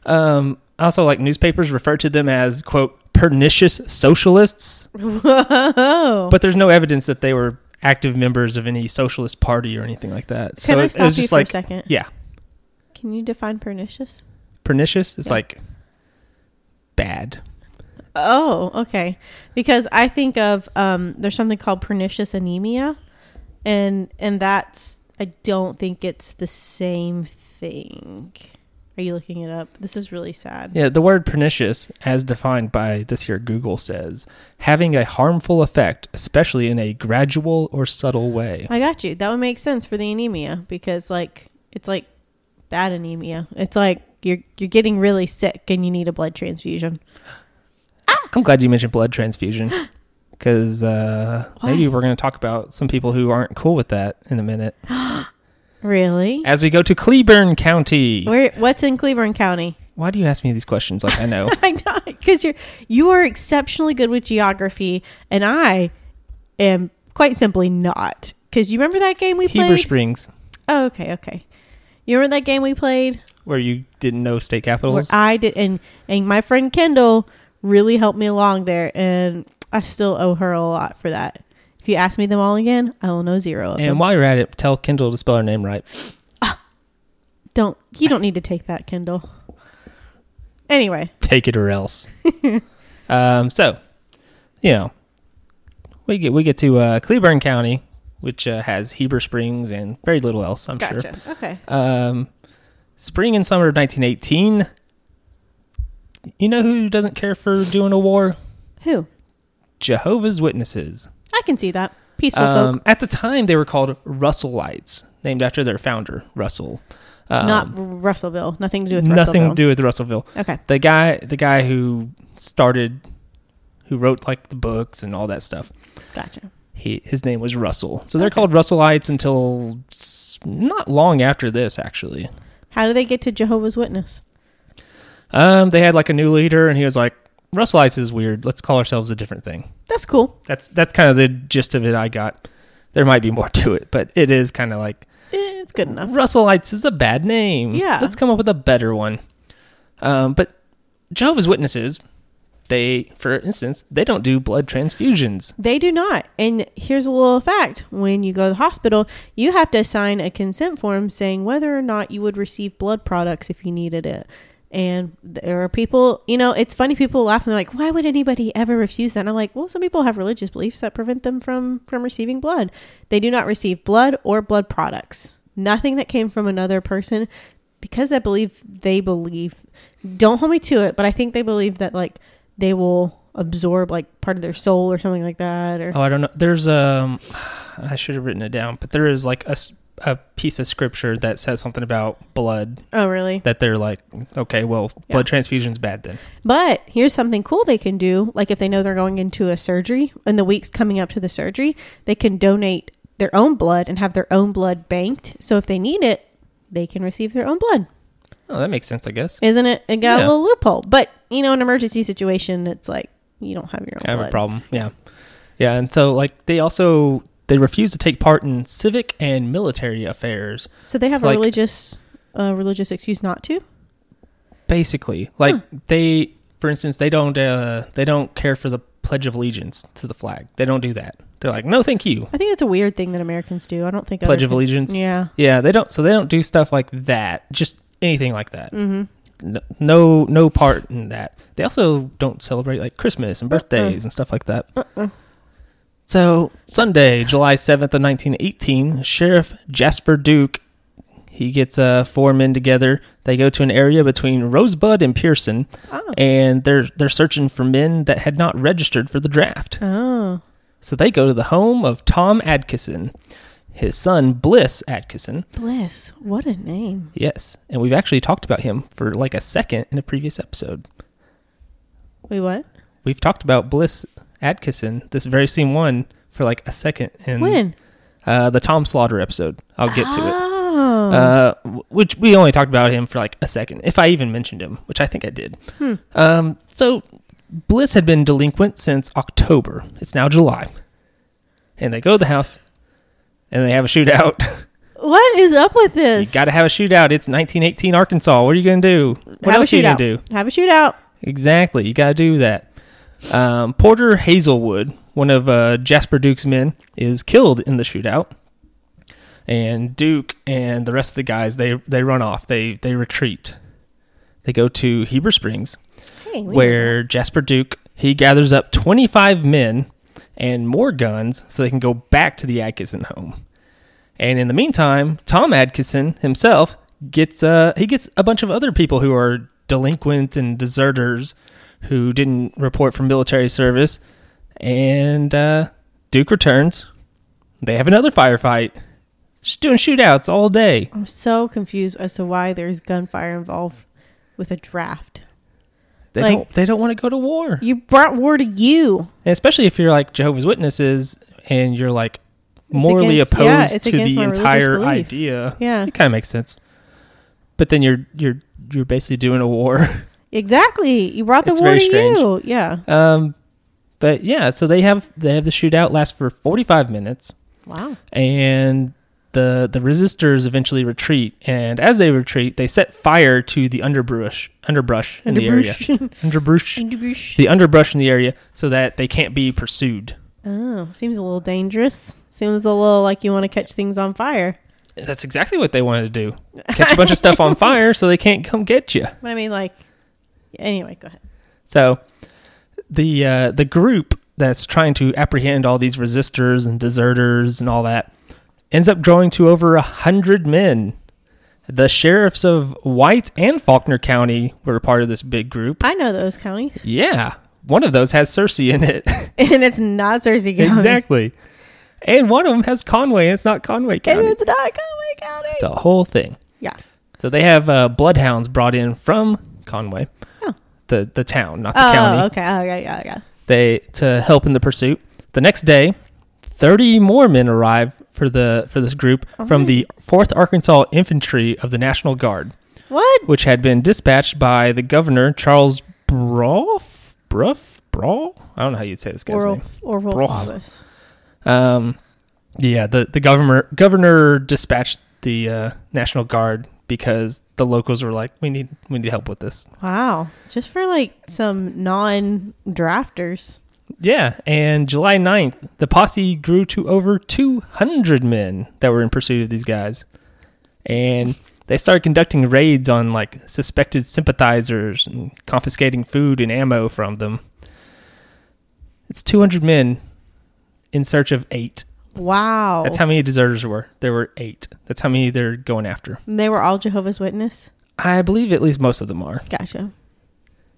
Speaker 2: Um, also, like newspapers refer to them as quote pernicious socialists,
Speaker 1: Whoa.
Speaker 2: but there's no evidence that they were active members of any socialist party or anything like that. So
Speaker 1: Can
Speaker 2: it-
Speaker 1: I
Speaker 2: it
Speaker 1: stop you
Speaker 2: was just
Speaker 1: for
Speaker 2: like
Speaker 1: a second?
Speaker 2: yeah,
Speaker 1: Can you define pernicious?
Speaker 2: pernicious. It's
Speaker 1: Yeah.
Speaker 2: like bad.
Speaker 1: Oh, okay. Because I think of um, there's something called pernicious anemia, and and that's I don't think it's the same thing. Are you looking it up? This is really sad.
Speaker 2: Yeah, the word pernicious, as defined by this here Google, says having a harmful effect, especially in a gradual or subtle way.
Speaker 1: I got you. That would make sense for the anemia because like it's like bad anemia. It's like you're you're getting really sick and you need a blood transfusion.
Speaker 2: I'm glad you mentioned blood transfusion because uh,
Speaker 1: Why?
Speaker 2: maybe we're going to talk about some people who aren't cool with that in a minute.
Speaker 1: Really?
Speaker 2: As we go to Cleburne County,
Speaker 1: Where what's in Cleburne County?
Speaker 2: why do you ask me these questions? Like I know.
Speaker 1: I know because you're you are exceptionally good with geography, and I am quite simply not. Because you remember that game we
Speaker 2: Heber
Speaker 1: played?
Speaker 2: Springs,
Speaker 1: oh, okay, okay. You remember that game we played
Speaker 2: where you didn't know state
Speaker 1: where
Speaker 2: capitals.
Speaker 1: I did, and and my friend Kendall really helped me along there, and I still owe her a lot for that. If you ask me them all again, I will know zero of
Speaker 2: and
Speaker 1: them.
Speaker 2: while you're at it, tell Kendall to spell her name right.
Speaker 1: Don't you don't need to take that, Kendall. Anyway,
Speaker 2: take it or else. um, so, you know, we get we get to uh, Cleburne County, which uh, has Heber Springs and very little else, I'm sure.
Speaker 1: gotcha. Okay.
Speaker 2: Um, spring and summer of 1918. You know who doesn't care for doing a war?
Speaker 1: Who?
Speaker 2: Jehovah's Witnesses.
Speaker 1: I can see that peaceful
Speaker 2: Um,
Speaker 1: folk,
Speaker 2: at the time, they were called Russellites, named after their founder, Russell. Um,
Speaker 1: not Russellville. Nothing to do with
Speaker 2: nothing
Speaker 1: Russellville.
Speaker 2: to do with Russellville.
Speaker 1: Okay.
Speaker 2: the guy the guy who started who wrote like the books and all that stuff
Speaker 1: Gotcha.
Speaker 2: he his name was russell so they're called russellites until s- not long after this actually
Speaker 1: How do they get to Jehovah's Witness?
Speaker 2: um they had like a new leader and he was like russellites is weird let's call ourselves a different thing
Speaker 1: That's cool.
Speaker 2: that's that's kind of the gist of it i got there might be more to it but it is kind of like
Speaker 1: Eh, It's good enough.
Speaker 2: Russellites is a bad name.
Speaker 1: Yeah.
Speaker 2: Let's come up with a better one. Um, but Jehovah's Witnesses, they, for instance, they don't do blood transfusions.
Speaker 1: They do not. And here's a little fact when you go to the hospital, you have to sign a consent form saying whether or not you would receive blood products if you needed it. And there are people, you know, it's funny. People laugh and they're like, "Why would anybody ever refuse that?" And I'm like, "Well, some people have religious beliefs that prevent them from from receiving blood. They do not receive blood or blood products. Nothing that came from another person, because I believe they believe. Don't hold me to it, but I think they believe that like they will absorb like part of their soul or something like that. Or
Speaker 2: Oh, I don't know. There's, um, I should have written it down, but there is like a, s- a piece of scripture that says something about blood
Speaker 1: oh, really?
Speaker 2: that they're like, okay, well, blood transfusion's bad then.
Speaker 1: But here's something cool they can do. Like if they know they're going into a surgery in the weeks coming up to the surgery, they can donate their own blood and have their own blood banked. So if they need it, they can receive their own blood.
Speaker 2: Oh, that makes sense, I guess.
Speaker 1: Isn't it? It got
Speaker 2: Yeah.
Speaker 1: a little loophole. But you know, in an emergency situation, it's like you don't have your own
Speaker 2: I have
Speaker 1: blood.
Speaker 2: a problem. Yeah. Yeah. And so, like, they also, they refuse to take part in civic and military affairs.
Speaker 1: So they have
Speaker 2: It's
Speaker 1: a
Speaker 2: like-
Speaker 1: religious uh, religious excuse not to.
Speaker 2: basically like they for instance they don't uh they don't care for the pledge of allegiance to the flag they don't do that they're like no thank you
Speaker 1: I think that's a weird thing that Americans do. I don't think
Speaker 2: pledge
Speaker 1: other
Speaker 2: of
Speaker 1: coun-
Speaker 2: allegiance
Speaker 1: Yeah.
Speaker 2: yeah they don't so they don't do stuff like that just anything like that mm-hmm. no no part in that they also don't celebrate like christmas and birthdays and stuff like that so sunday july 7th of 1918 sheriff jasper duke he gets uh, four men together. They go to an area between Rosebud and Pearson,
Speaker 1: Oh.
Speaker 2: and they're they're searching for men that had not registered for the draft.
Speaker 1: Oh.
Speaker 2: So they go to the home of Tom Atkinson, his son Bliss Atkinson.
Speaker 1: Bliss. What a name.
Speaker 2: Yes, and we've actually talked about him for like a second in a previous episode.
Speaker 1: Wait, what?
Speaker 2: We've talked about Bliss Atkinson, this very same one, for like a second in
Speaker 1: When?
Speaker 2: Uh, the Tom Slaughter episode. I'll get to it.
Speaker 1: Oh.
Speaker 2: Uh, w- which we only talked about him for like a second, if I even mentioned him, which I think I did.
Speaker 1: Hmm.
Speaker 2: Um, so Bliss had been delinquent since October. It's now July, and they go to the house, and they have a shootout.
Speaker 1: What is up with
Speaker 2: you
Speaker 1: this?
Speaker 2: got to have a shootout. It's 1918 Arkansas. What are you going to do? What
Speaker 1: have
Speaker 2: else
Speaker 1: a
Speaker 2: are you
Speaker 1: shootout.
Speaker 2: going to do?
Speaker 1: Have a shootout.
Speaker 2: Exactly. You got to do that. Um, Porter Hazelwood, one of uh, Jasper Duke's men, is killed in the shootout. And Duke and the rest of the guys, they they run off. They they retreat. They go to Heber Springs,
Speaker 1: Hey, we
Speaker 2: where Jasper Duke he gathers up 25 men and more guns so they can go back to the Atkinson home. And in the meantime, Tom Atkinson himself gets uh he gets a bunch of other people who are delinquent and deserters who didn't report for military service and uh Duke returns. They have another firefight. Just doing shootouts all day.
Speaker 1: I'm so confused as to why there's gunfire involved with a draft.
Speaker 2: They
Speaker 1: Like-
Speaker 2: don't they don't want to go to war.
Speaker 1: You brought war to you.
Speaker 2: And especially if you're like Jehovah's Witnesses and you're like morally
Speaker 1: against- yeah,
Speaker 2: opposed
Speaker 1: it's
Speaker 2: to
Speaker 1: against
Speaker 2: the
Speaker 1: my religious
Speaker 2: entire
Speaker 1: belief.
Speaker 2: idea.
Speaker 1: Yeah.
Speaker 2: It kind of makes sense. But then you're you're you're basically doing a war.
Speaker 1: Exactly. You brought the
Speaker 2: It's
Speaker 1: war
Speaker 2: very
Speaker 1: to
Speaker 2: strange.
Speaker 1: you. Yeah.
Speaker 2: Um but yeah, so they have they have the shootout last for 45 minutes
Speaker 1: Wow.
Speaker 2: and the the resistors eventually retreat and as they retreat, they set fire to the underbrush underbrush in the area. Underbrush the underbrush in the area so that they can't be pursued.
Speaker 1: Oh, seems a little dangerous. Seems a little like you want to catch things on fire.
Speaker 2: That's exactly what they wanted to do. Catch a bunch of stuff on fire so they can't come get you.
Speaker 1: But I mean, like, anyway, go ahead.
Speaker 2: So the uh, the group that's trying to apprehend all these resistors and deserters and all that ends up growing to over a hundred men. The sheriffs of White and Faulkner County were a part of this big group.
Speaker 1: I know those counties,
Speaker 2: Yeah, one of those has Cersei in it.
Speaker 1: and it's not Cersei County,
Speaker 2: exactly, and one of them has Conway. and It's not Conway
Speaker 1: and
Speaker 2: County.
Speaker 1: it's not Conway County.
Speaker 2: It's a whole thing.
Speaker 1: yeah.
Speaker 2: So they have uh, bloodhounds brought in from Conway,
Speaker 1: Oh.
Speaker 2: the the town, not the county.
Speaker 1: Oh, okay. Oh, yeah, yeah, yeah.
Speaker 2: They to help in the pursuit. The next day, thirty more men arrive for the for this group
Speaker 1: Oh,
Speaker 2: from the Fourth Arkansas Infantry of the National Guard,
Speaker 1: What?
Speaker 2: which had been dispatched by the governor Charles Broth Bruff Brawl. I don't know how you'd say this guy's
Speaker 1: Oral,
Speaker 2: name.
Speaker 1: oral
Speaker 2: Bro.
Speaker 1: Wallace.
Speaker 2: Um, yeah, the the governor governor dispatched the uh, National Guard because the locals were like, we need we need help with this.
Speaker 1: Wow. Just for like some non-drafters.
Speaker 2: Yeah, and July 9th, the posse grew to over 200 men that were in pursuit of these guys. And they started conducting raids on like suspected sympathizers and confiscating food and ammo from them. It's 200 men in search of 8.
Speaker 1: Wow.
Speaker 2: That's how many deserters there were. There were 8. That's how many they're going after.
Speaker 1: they were all Jehovah's Witness.
Speaker 2: I believe at least most of them are.
Speaker 1: Gotcha.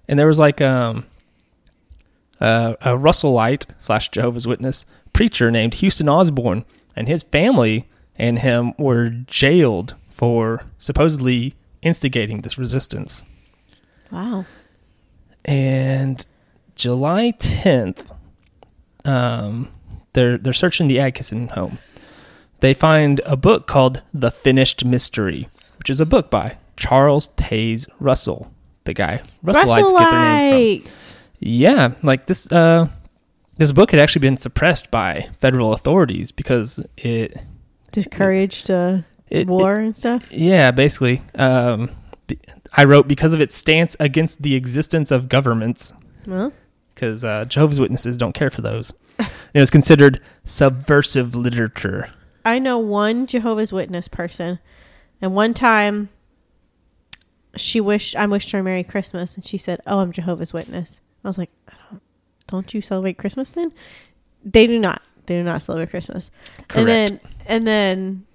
Speaker 2: and there was like um uh, a Russellite slash Jehovah's Witness preacher named Houston Osborne, and his family and him were jailed for supposedly instigating this resistance.
Speaker 1: Wow.
Speaker 2: And July tenth, um, they're they're searching the Atkinson home. They find a book called The Finished Mystery, which is a book by Charles Taze Russell, the guy Russellites get their name from.
Speaker 1: Russellites.
Speaker 2: Yeah, like this uh this book had actually been suppressed by federal authorities because it
Speaker 1: Discouraged uh,
Speaker 2: It-
Speaker 1: war and stuff.
Speaker 2: yeah, basically um be- I wrote because of its stance against the existence of governments
Speaker 1: Well,
Speaker 2: because uh, Jehovah's Witnesses don't care for those. it was considered subversive literature.
Speaker 1: I know one Jehovah's Witness person, and one time she wished I wished her a Merry Christmas, and she said, "Oh, I'm Jehovah's Witness." I was like, I don't, "Don't you celebrate Christmas then?" They do not. They do not celebrate Christmas. And then, and then,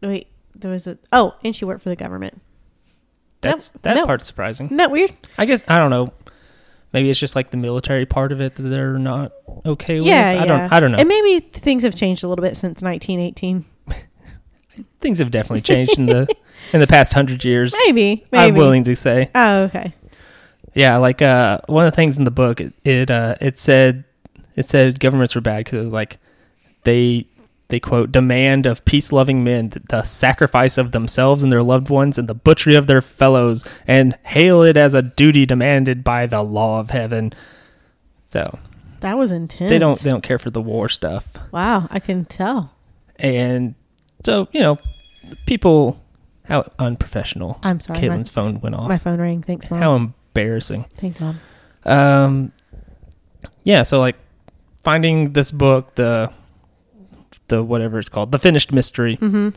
Speaker 1: wait, there was a oh, and she worked for the government.
Speaker 2: That's
Speaker 1: Nope,
Speaker 2: that
Speaker 1: nope.
Speaker 2: part's surprising.
Speaker 1: Isn't that weird?
Speaker 2: I guess I don't know. Maybe it's just like the military part of it that they're not okay with.
Speaker 1: yeah,
Speaker 2: I
Speaker 1: yeah.
Speaker 2: don't I don't know.
Speaker 1: And maybe things have changed a little bit since 1918.
Speaker 2: Things have definitely changed in the in the past 100 years.
Speaker 1: Maybe, maybe.
Speaker 2: I'm willing to say.
Speaker 1: Oh, okay.
Speaker 2: Yeah, like uh, one of the things in the book, it it, uh, it said it said governments were bad because it was like they they quote demand of peace loving men th- the sacrifice of themselves and their loved ones and the butchery of their fellows and hail it as a duty demanded by the law of heaven. So
Speaker 1: That was intense.
Speaker 2: they don't they don't care for the war stuff.
Speaker 1: Wow, I can tell.
Speaker 2: And so, you know, people, how unprofessional.
Speaker 1: I'm sorry. My,
Speaker 2: Caitlin's phone went off.
Speaker 1: my phone rang. Thanks, mom.
Speaker 2: how embarrassing.
Speaker 1: Thanks, mom.
Speaker 2: Um, yeah, so like finding this book, the the whatever it's called, the finished mystery.
Speaker 1: Mm-hmm.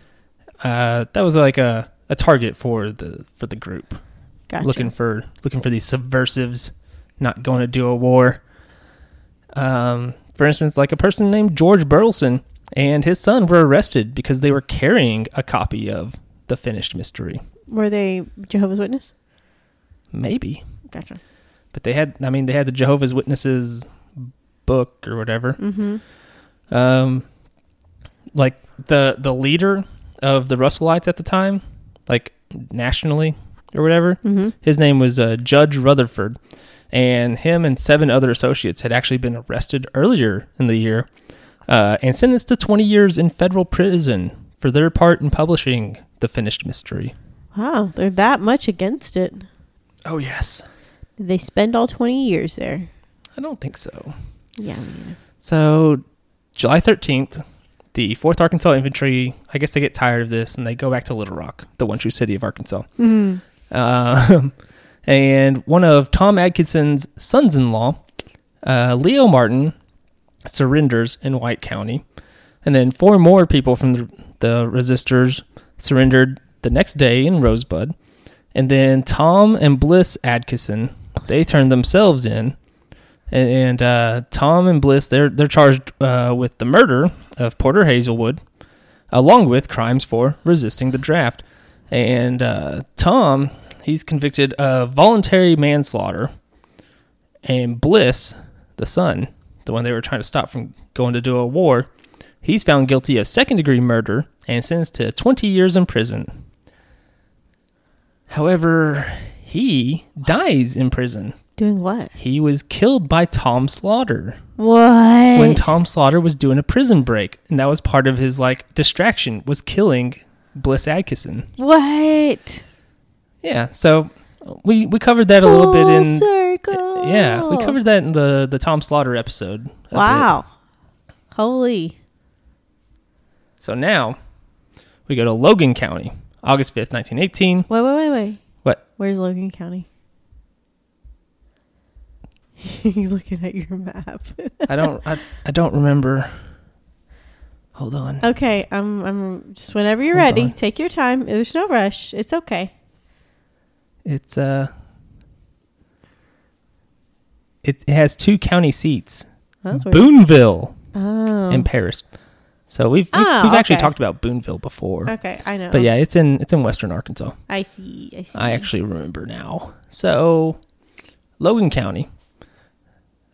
Speaker 2: Uh, that was like a, a target for the for the group
Speaker 1: Gotcha.
Speaker 2: looking for looking for these subversives, not going to do a war. Um, for instance, like a person named George Burleson and his son were arrested because they were carrying a copy of the finished mystery.
Speaker 1: Were they Jehovah's Witness?
Speaker 2: Maybe,
Speaker 1: Gotcha.
Speaker 2: but they had I mean they had the Jehovah's Witnesses book or whatever.
Speaker 1: Mm-hmm.
Speaker 2: um like the the leader of the russellites at the time like nationally or whatever
Speaker 1: Mm-hmm.
Speaker 2: his name was uh, judge rutherford and him and seven other associates had actually been arrested earlier in the year uh, and sentenced to 20 years in federal prison for their part in publishing the finished mystery
Speaker 1: Wow, they're that much against it.
Speaker 2: oh yes
Speaker 1: Did they spend all 20 years there?
Speaker 2: i don't think so
Speaker 1: Yeah.
Speaker 2: So, July 13th, the 4th Arkansas Infantry, I guess they get tired of this and they go back to Little Rock, the one true city of Arkansas.
Speaker 1: Mm.
Speaker 2: Um, and one of Tom Atkinson's sons in law, uh, Leo Martin, surrenders in White County. And then four more people from the, the resistors surrendered the next day in Rosebud. And then Tom and Bliss Atkinson, they turned themselves in. And uh, Tom and Bliss, they're they're charged uh, with the murder of Porter Hazelwood, along with crimes for resisting the draft. And uh, Tom, he's convicted of voluntary manslaughter. And Bliss, the son, the one they were trying to stop from going to do a war, he's found guilty of second degree murder and sentenced to 20 years in prison. However, he dies in prison.
Speaker 1: Doing what?
Speaker 2: He was killed by Tom Slaughter
Speaker 1: What?
Speaker 2: when Tom Slaughter was doing a prison break, and that was part of his like distraction was killing Bliss Adkison.
Speaker 1: What?
Speaker 2: Yeah, so we we covered that a little bit
Speaker 1: Full
Speaker 2: in
Speaker 1: circle.
Speaker 2: yeah we covered that in the the Tom Slaughter episode. a bit.
Speaker 1: Wow. Holy.
Speaker 2: So now we go to Logan County, August fifth, nineteen eighteen.
Speaker 1: Wait, wait, wait, wait.
Speaker 2: What?
Speaker 1: Where's Logan County? He's looking at your map.
Speaker 2: I don't I, I don't remember. Hold on.
Speaker 1: okay, I'm. I'm just whenever you're
Speaker 2: Hold
Speaker 1: ready.
Speaker 2: on.
Speaker 1: Take your time. There's no rush. It's okay.
Speaker 2: It's uh it has two county seats.
Speaker 1: That's weird.
Speaker 2: Boonville
Speaker 1: Oh.
Speaker 2: and Paris. So we've we've,
Speaker 1: Oh,
Speaker 2: we've actually
Speaker 1: okay.
Speaker 2: talked about Boonville before.
Speaker 1: okay, I know.
Speaker 2: But yeah, it's in it's in western Arkansas.
Speaker 1: I see. I see.
Speaker 2: I actually remember now. So, Logan County.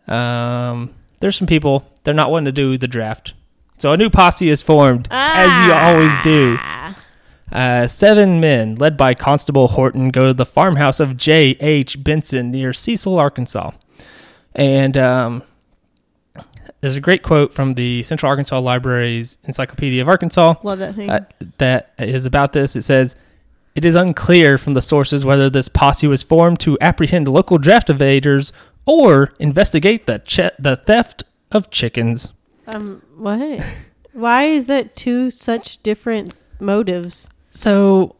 Speaker 2: Um, there's some people. They're not wanting to do the draft. So a new posse is formed,
Speaker 1: Ah.
Speaker 2: as you always do. Uh, seven men, led by Constable Horton, go to the farmhouse of J. H. Benson near Cecil, Arkansas. And um, there's a great quote from the Central Arkansas Library's Encyclopedia of Arkansas
Speaker 1: Love that thing.
Speaker 2: uh, that is about this. It says, It is unclear from the sources whether this posse was formed to apprehend local draft evaders or investigate the, che- the theft of chickens.
Speaker 1: um, what? Why is that two such different motives?
Speaker 2: So,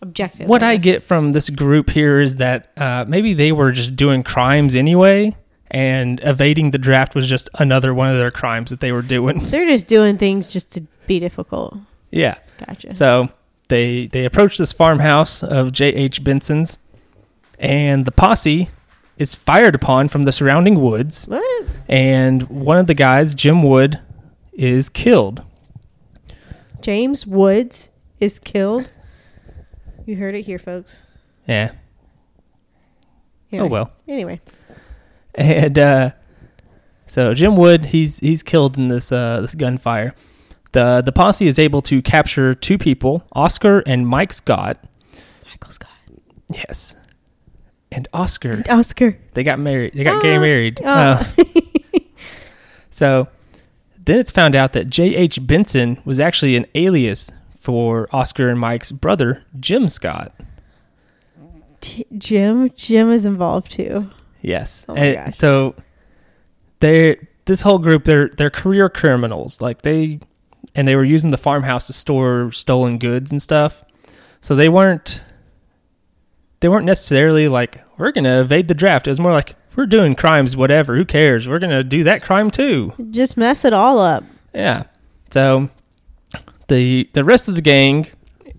Speaker 1: Objective.
Speaker 2: what I
Speaker 1: guess.
Speaker 2: get from this group here is that uh, maybe they were just doing crimes anyway, and evading the draft was just another one of their crimes that they were doing.
Speaker 1: They're just doing things just to be difficult.
Speaker 2: yeah.
Speaker 1: Gotcha.
Speaker 2: So they they approach this farmhouse of J. H. Benson's, and the posse is fired upon from the surrounding woods,
Speaker 1: what?
Speaker 2: and one of the guys, Jim Wood, is killed.
Speaker 1: James Woods is killed. You heard it here, folks.
Speaker 2: Yeah.
Speaker 1: Anyway.
Speaker 2: Oh Eh, well.
Speaker 1: Anyway,
Speaker 2: And uh, so Jim Wood, he's he's killed in this uh, this gunfire. The the posse is able to capture two people, Oscar and Mike Scott.
Speaker 1: Michael Scott,
Speaker 2: Yes. And Oscar.
Speaker 1: Oscar.
Speaker 2: They got married. They got gay
Speaker 1: Ah.
Speaker 2: married. Uh,
Speaker 1: Oh.
Speaker 2: So then it's found out that J.H. Benson was actually an alias for Oscar and Mike's brother, Jim Scott.
Speaker 1: J- Jim. Jim is involved too.
Speaker 2: Yes.
Speaker 1: Oh my
Speaker 2: and
Speaker 1: gosh.
Speaker 2: So they're this whole group they're they're career criminals. Like they and they were using the farmhouse to store stolen goods and stuff. So they weren't they weren't necessarily like we're going to evade the draft. It was more like we're doing crimes whatever, who cares? We're going to do that crime too.
Speaker 1: Just mess it all up.
Speaker 2: Yeah. So the the rest of the gang,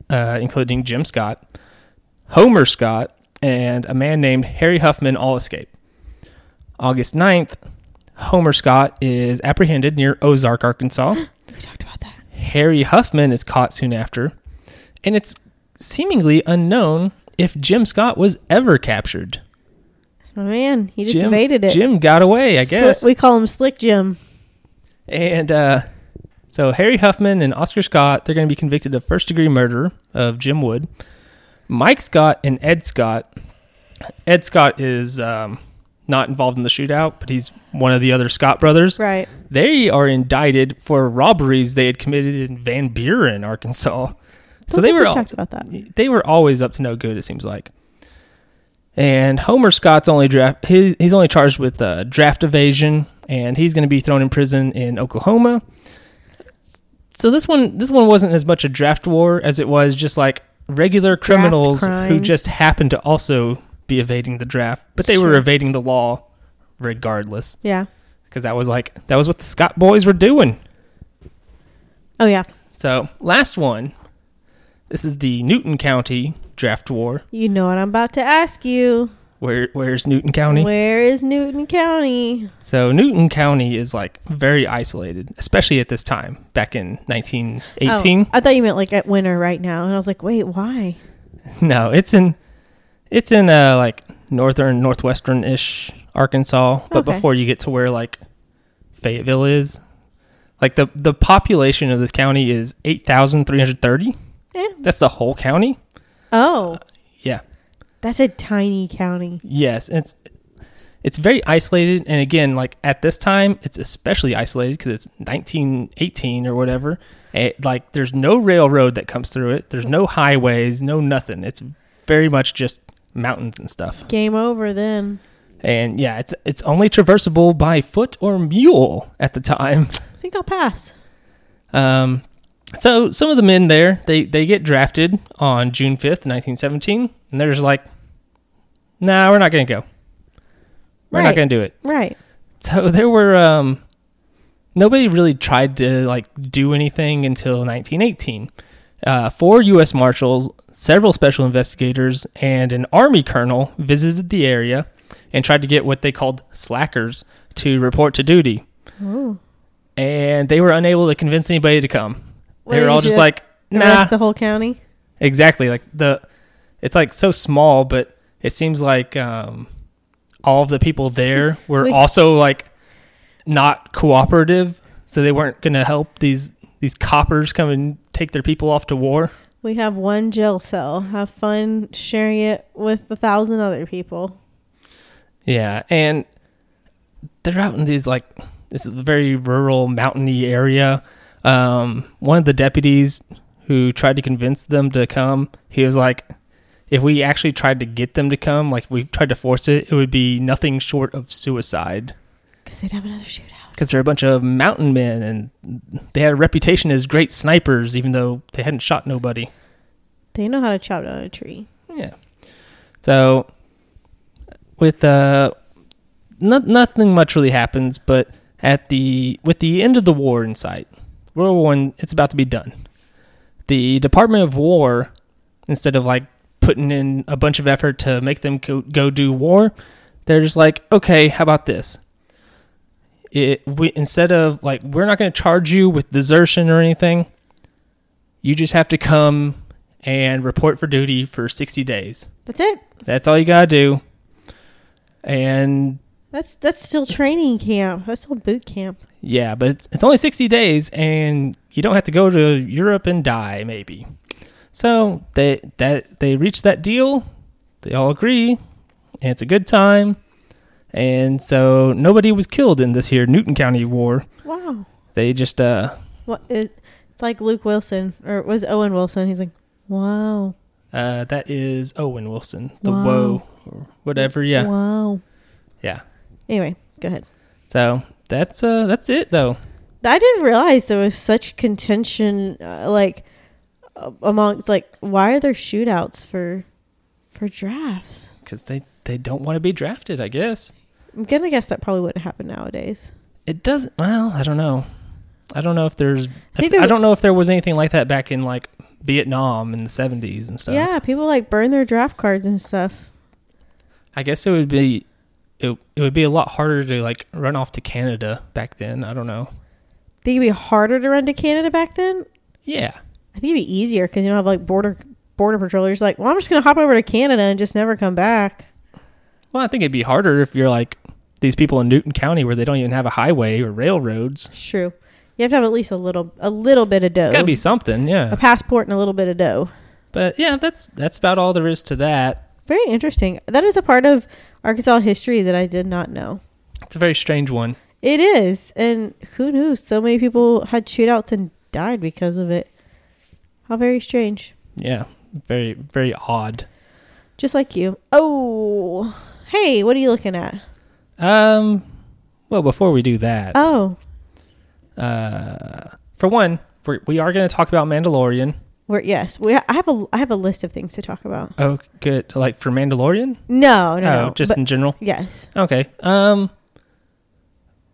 Speaker 2: uh, including Jim Scott, Homer Scott, and a man named Harry Huffman, all escape. August 9th, Homer Scott is apprehended near Ozark, Arkansas.
Speaker 1: We talked about that.
Speaker 2: Harry Huffman is caught soon after, and it's seemingly unknown if Jim Scott was ever captured.
Speaker 1: That's my man. He just
Speaker 2: Jim,
Speaker 1: evaded it.
Speaker 2: Jim got away, I
Speaker 1: Sli-
Speaker 2: guess.
Speaker 1: we call him Slick Jim.
Speaker 2: And uh, so Harry Huffman and Oscar Scott, they're going to be convicted of first degree murder of Jim Wood. Mike Scott and Ed Scott. Ed Scott is um, not involved in the shootout, but he's one of the other Scott brothers.
Speaker 1: Right.
Speaker 2: They are indicted for robberies they had committed in Van Buren, Arkansas. So
Speaker 1: Don't
Speaker 2: they
Speaker 1: think
Speaker 2: were
Speaker 1: we
Speaker 2: all,
Speaker 1: talked about that.
Speaker 2: they were always up to no good. It seems like. And Homer Scott's only draft he's, he's only charged with uh, draft evasion, and he's going to be thrown in prison in Oklahoma. So this one this one wasn't as much a draft war as it was just like regular criminals who
Speaker 1: crimes.
Speaker 2: just happened to also be evading the draft, but they were
Speaker 1: Sure.
Speaker 2: evading the law regardless
Speaker 1: Yeah.
Speaker 2: because that was like that was what the Scott boys were doing.
Speaker 1: Oh yeah.
Speaker 2: So last one, this is the Newton County draft war.
Speaker 1: You know what I'm about to ask you.
Speaker 2: Where where's Newton County?
Speaker 1: Where is Newton County?
Speaker 2: So Newton County is like very isolated, especially at this time back in 1918.
Speaker 1: Oh, I thought you meant like at winter right now, and I was like, wait, why?
Speaker 2: No, it's in it's in uh like northern northwestern ish Arkansas, but
Speaker 1: Okay.
Speaker 2: before you get to where like Fayetteville is, like the the population of this county is 8,330.
Speaker 1: Eh.
Speaker 2: That's the whole county.
Speaker 1: Oh,
Speaker 2: Yeah.
Speaker 1: that's a tiny county.
Speaker 2: Yes, it's it's very isolated, and again, like at this time, it's especially isolated because it's 1918 or whatever. It, like, there's no railroad that comes through it. There's no highways, no nothing. It's very much just mountains and stuff.
Speaker 1: Game over then.
Speaker 2: And yeah, it's it's only traversable by foot or mule at the time.
Speaker 1: I think I'll pass.
Speaker 2: Um, so some of the men there, they they get drafted on June 5th, 1917, and they're just like, "Nah, we're not gonna go. We're not
Speaker 1: Right.
Speaker 2: gonna do it."
Speaker 1: Right.
Speaker 2: So there were um nobody really tried to like do anything until 1918. Uh, four U.S. marshals, several special investigators, and an army colonel visited the area and tried to get what they called slackers to report to duty,
Speaker 1: Oh.
Speaker 2: and they were unable to convince anybody to come. they
Speaker 1: Well,
Speaker 2: were all
Speaker 1: you
Speaker 2: just
Speaker 1: should-
Speaker 2: like,
Speaker 1: The
Speaker 2: "Nah,
Speaker 1: rest of the whole county.
Speaker 2: Exactly. Like the it's like so small, but it seems like um all of the people there were
Speaker 1: Like-
Speaker 2: also like not cooperative, so they weren't going to help these these coppers come and take their people off to war.
Speaker 1: We have one jail cell. Have fun sharing it with a thousand other people.
Speaker 2: Yeah, and they're out in these like this is a very rural mountainy area. Um, one of the deputies who tried to convince them to come, he was like, "If we actually tried to get them to come, like if we tried to force it, it would be nothing short of suicide."
Speaker 1: Because they'd have another shootout.
Speaker 2: Because they're a bunch of mountain men, and they had a reputation as great snipers, even though they hadn't shot nobody.
Speaker 1: They know how to chop down a tree.
Speaker 2: Yeah. So with uh not, nothing much really happens, but at the with the end of the war in sight, World War One, it's about to be done. The Department of War, instead of like putting in a bunch of effort to make them go, go do war, they're just like, okay, how about this? It we instead of like we're not going to charge you with desertion or anything. You just have to come and report for duty for 60 days.
Speaker 1: That's it.
Speaker 2: That's all you got to do. And
Speaker 1: That's that's still training camp. That's still boot camp.
Speaker 2: yeah, but it's, it's only 60 days and you don't have to go to Europe and die maybe. So they that they reach that deal, they all agree, and it's a good time. And so nobody was killed in this here Newton County war.
Speaker 1: Wow.
Speaker 2: They just uh
Speaker 1: What it, it's like Luke Wilson or it was Owen Wilson. He's like, wow,
Speaker 2: uh that is Owen Wilson, the
Speaker 1: Wow.
Speaker 2: woe or whatever, yeah.
Speaker 1: wow.
Speaker 2: Yeah.
Speaker 1: Anyway, go ahead.
Speaker 2: So that's uh that's it though.
Speaker 1: I didn't realize there was such contention, uh, like a- amongst like why are there shootouts for for drafts?
Speaker 2: because they they don't want to be drafted. I guess
Speaker 1: I'm gonna guess that probably wouldn't happen nowadays.
Speaker 2: it doesn't. Well, I don't know. I don't know if there's.
Speaker 1: think
Speaker 2: if- I,
Speaker 1: there's-
Speaker 2: don't know if there was anything like that back in like Vietnam in the seventies and stuff.
Speaker 1: Yeah, people like burn their draft cards and stuff.
Speaker 2: I guess it would be. It, it would be a lot harder to like run off to Canada back then. I don't know.
Speaker 1: Think it'd be harder to run to Canada back then.
Speaker 2: Yeah,
Speaker 1: I think it'd be easier because you don't have like border border patrollers. Like, well, I'm just gonna hop over to Canada and just never come back.
Speaker 2: Well, I think it'd be harder if you're like these people in Newton County where they don't even have a highway or railroads.
Speaker 1: It's true. You have to have at least a little a little bit of dough.
Speaker 2: It's got to be something,
Speaker 1: a
Speaker 2: yeah.
Speaker 1: passport and a little bit of dough.
Speaker 2: But yeah, that's that's about all there is to that.
Speaker 1: Very interesting. That is a part of Arkansas history that I did not know.
Speaker 2: It's a very strange one.
Speaker 1: It is. And who knew? So many people had shootouts and died because of it. How very strange.
Speaker 2: Yeah, very very odd.
Speaker 1: Just like you. Oh. Hey, what are you looking at?
Speaker 2: Um, well, before we do that,
Speaker 1: Oh,
Speaker 2: uh, for one, we're, we are going to talk about Mandalorian.
Speaker 1: we're yes. We I have a I have a list of things to talk about.
Speaker 2: Oh, good. Like for Mandalorian?
Speaker 1: No, no,
Speaker 2: oh,
Speaker 1: no.
Speaker 2: just
Speaker 1: But-
Speaker 2: in general.
Speaker 1: yes.
Speaker 2: Okay. Um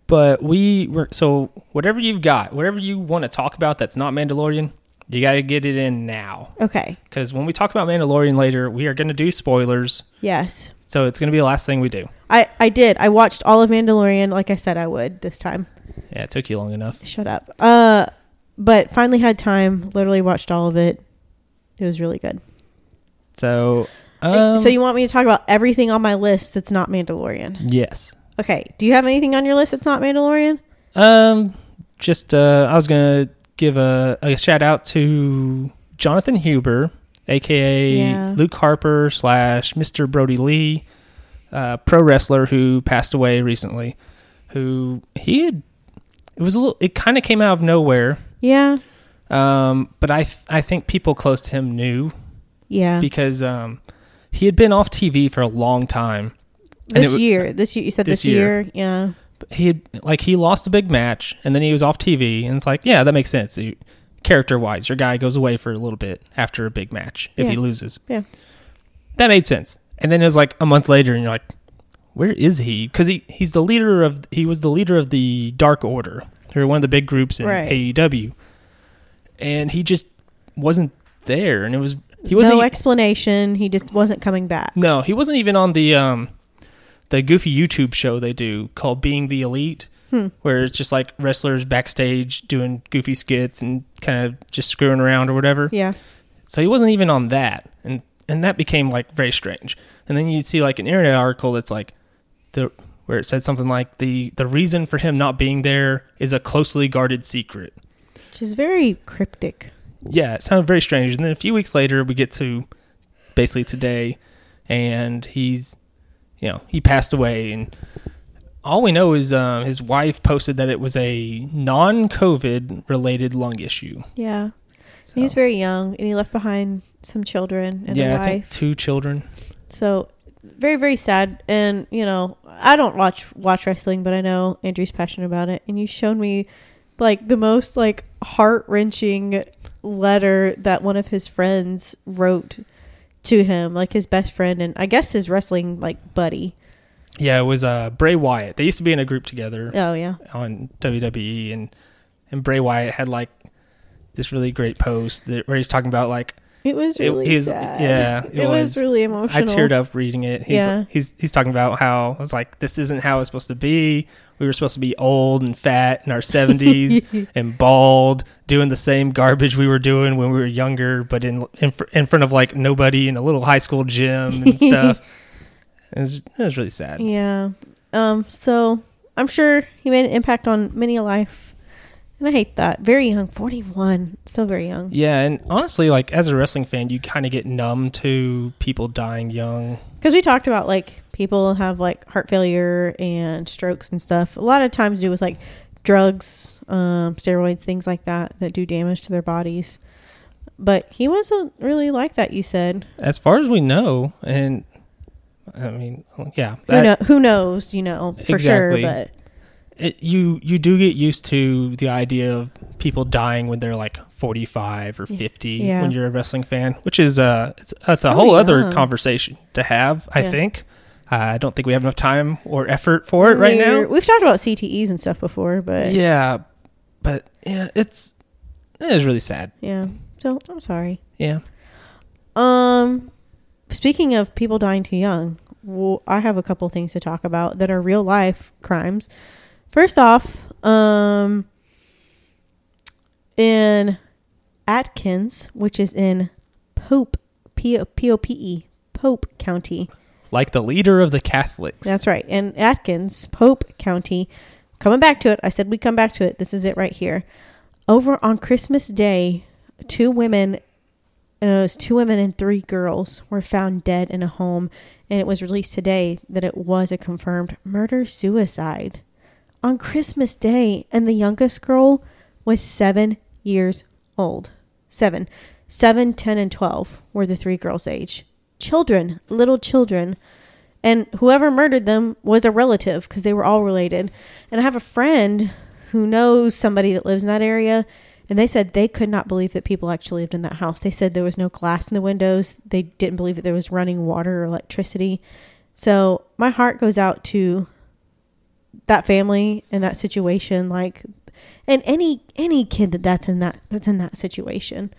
Speaker 2: but we were so whatever you've got, whatever you want to talk about that's not Mandalorian, you got to get it in now
Speaker 1: Okay.
Speaker 2: cuz when we talk about Mandalorian later, we are going to do spoilers.
Speaker 1: Yes.
Speaker 2: So it's going to be the last thing we do.
Speaker 1: I I did. I watched all of Mandalorian like I said I would this time.
Speaker 2: Yeah, it took you long enough.
Speaker 1: Shut up. Uh, but finally had time. Literally watched all of it. It was really good.
Speaker 2: So um,
Speaker 1: so you want me to talk about everything on my list that's not Mandalorian?
Speaker 2: yes.
Speaker 1: Okay. Do you have anything on your list that's not Mandalorian?
Speaker 2: Um just uh I was going to give a, a shout out to Jonathan Huber, aka
Speaker 1: Yeah.
Speaker 2: Luke Harper slash Mr. Brody Lee, uh, pro wrestler who passed away recently. Who he had, it was a little, it kind of came out of nowhere.
Speaker 1: Yeah.
Speaker 2: Um, but I th- I think people close to him knew
Speaker 1: Yeah.
Speaker 2: because um, he had been off TV for a long time. and it
Speaker 1: this
Speaker 2: wa-
Speaker 1: year. This year. You said
Speaker 2: This
Speaker 1: this,
Speaker 2: year.
Speaker 1: year. Yeah.
Speaker 2: he had like he lost a big match and then he was off TV and it's like yeah that makes sense. Character wise, your guy goes away for a little bit after a big match if he
Speaker 1: Yeah.
Speaker 2: loses.
Speaker 1: Yeah.
Speaker 2: That made sense. And then it was like a month later and you're like, where is he? Because he he's the leader of he was the leader of the Dark Order, who are one of the big groups in
Speaker 1: Right.
Speaker 2: AEW, and he just wasn't there and it was he wasn't
Speaker 1: No
Speaker 2: e-
Speaker 1: explanation. He just wasn't coming back.
Speaker 2: no, he wasn't even on the um the goofy YouTube show they do called Being the Elite, where it's just like wrestlers backstage doing goofy skits and kind of just screwing around or whatever.
Speaker 1: Yeah.
Speaker 2: So he wasn't even on that, and and that became like very strange. And then you see like an internet article that's like the where it said something like the the reason for him not being there is a closely guarded secret.
Speaker 1: Which is very cryptic.
Speaker 2: Yeah, it sounded very strange. And then a few weeks later, we get to basically today, and he's, you know, he passed away. And all we know is um, his wife posted that it was a non COVID related lung issue.
Speaker 1: Yeah.
Speaker 2: So,
Speaker 1: He was very young, and he left behind some children and
Speaker 2: yeah,
Speaker 1: a
Speaker 2: I think
Speaker 1: wife.
Speaker 2: two children.
Speaker 1: So very very sad and you know I don't watch watch wrestling but I know Andrew's passionate about it and you showed me like the most like heart-wrenching letter that one of his friends wrote to him like his best friend and I guess his wrestling like buddy.
Speaker 2: Yeah, it was uh, Bray Wyatt. They used to be in a group together
Speaker 1: Oh yeah.
Speaker 2: on WWE, and and Bray Wyatt had like this really great post that, where he's talking about like
Speaker 1: It was
Speaker 2: It-
Speaker 1: really
Speaker 2: he's-
Speaker 1: sad.
Speaker 2: yeah, it
Speaker 1: It, was,
Speaker 2: was.
Speaker 1: really emotional.
Speaker 2: I teared up reading it. He's,
Speaker 1: Yeah.
Speaker 2: he's he's talking about how I was like, this isn't how it's supposed to be. We were supposed to be old and fat in our seventies and bald, doing the same garbage we were doing when we were younger, but in in, fr- in front of like nobody in a little high school gym and stuff. it, was, it was really sad.
Speaker 1: Yeah. Um so I'm sure he made an impact on many a life. And I hate that. Very young, 41, so very young.
Speaker 2: Yeah, and honestly, like as a wrestling fan, you kind of get numb to people dying young.
Speaker 1: because we talked about like people have like heart failure and strokes and stuff a lot of times do with like drugs um, steroids things like that that do damage to their bodies but he wasn't really like that you said
Speaker 2: As far as we know, and I mean, yeah,
Speaker 1: who,
Speaker 2: that-
Speaker 1: know, who knows you know for
Speaker 2: Exactly.
Speaker 1: sure but
Speaker 2: it, you you do get used to the idea of people dying when they're like 45 or 50
Speaker 1: Yeah.
Speaker 2: when you're a wrestling fan, which is uh it's, that's a
Speaker 1: So
Speaker 2: whole other
Speaker 1: young.
Speaker 2: conversation to have, I
Speaker 1: Yeah.
Speaker 2: think. Uh, I don't think we have enough time or effort for it right
Speaker 1: We're-
Speaker 2: now.
Speaker 1: We've talked about CTEs and stuff before, but yeah.
Speaker 2: Yeah, but yeah, it's it is really sad.
Speaker 1: So I'm sorry.
Speaker 2: Yeah.
Speaker 1: Um, speaking of people dying too young, well, I have a couple things to talk about that are real life crimes. First off, um, in Atkins, which is in Pope P O P O P E Pope County,
Speaker 2: Like the leader of the Catholics.
Speaker 1: That's right. And Atkins, Pope County, coming back to it. I said we come back to it. This is it right here. Over on Christmas Day, two women, and it was two women and three girls, were found dead in a home. And it was released today that it was a confirmed murder suicide on Christmas Day. And the youngest girl was seven years old. Seven. Seven, 10, and 12 were the three girls' age. Children, little children and whoever murdered them was a relative because they were all related. And I have a friend who knows somebody that lives in that area, and they said they could not believe that people actually lived in that house. They said there was no glass in the windows. They didn't believe that there was running water or electricity. So my heart goes out to that family and that situation, like, and any any kid that that's in that that's in that situation.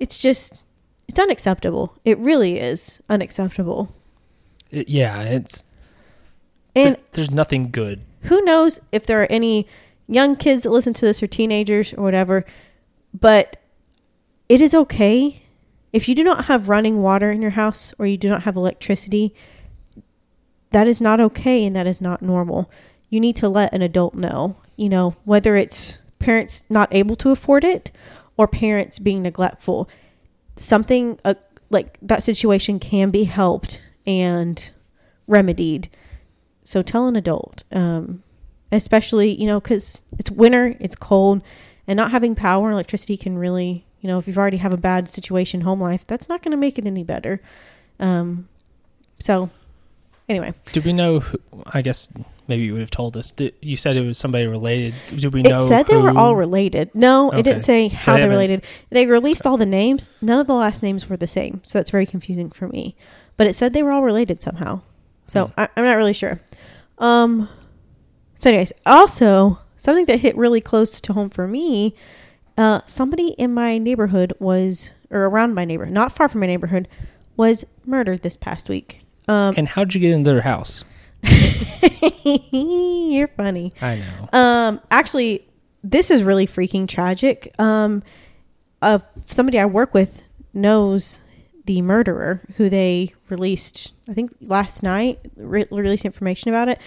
Speaker 1: It's just it's unacceptable. It really is unacceptable.
Speaker 2: It- yeah, it's
Speaker 1: And
Speaker 2: there- there's nothing good.
Speaker 1: who knows if there are any young kids that listen to this or teenagers or whatever, but it is okay if you do not have running water in your house or you do not have electricity. That is not okay and that is not normal. You need to let an adult know, you know, whether it's parents not able to afford it or parents being neglectful. Something uh, like that situation can be helped and remedied so tell an adult um, especially you know because it's winter it's cold and not having power and electricity can really you know if you've already have a bad situation home life that's not going to make it any better um, so anyway
Speaker 2: Do we know? Who, I guess maybe you would have told us. Did, you said it was somebody related. Do we
Speaker 1: it
Speaker 2: know?
Speaker 1: said they were
Speaker 2: who-
Speaker 1: all related no it
Speaker 2: Okay.
Speaker 1: didn't say
Speaker 2: So
Speaker 1: how
Speaker 2: they
Speaker 1: they are
Speaker 2: haven't-
Speaker 1: related they released all the names none of the last names were the same so that's very confusing for me but it said they were all related somehow so
Speaker 2: Hmm.
Speaker 1: I, i'm not really sure um So, anyways, also something that hit really close to home for me. Uh, somebody in my neighborhood was, or around my neighborhood, not far from my neighborhood, was murdered this past week. Um,
Speaker 2: And how'd you get into their house?
Speaker 1: you're funny.
Speaker 2: I know.
Speaker 1: Um, actually, this is really freaking tragic. Um, uh, somebody I work with knows the murderer who they released, I think last night, re- released information about it.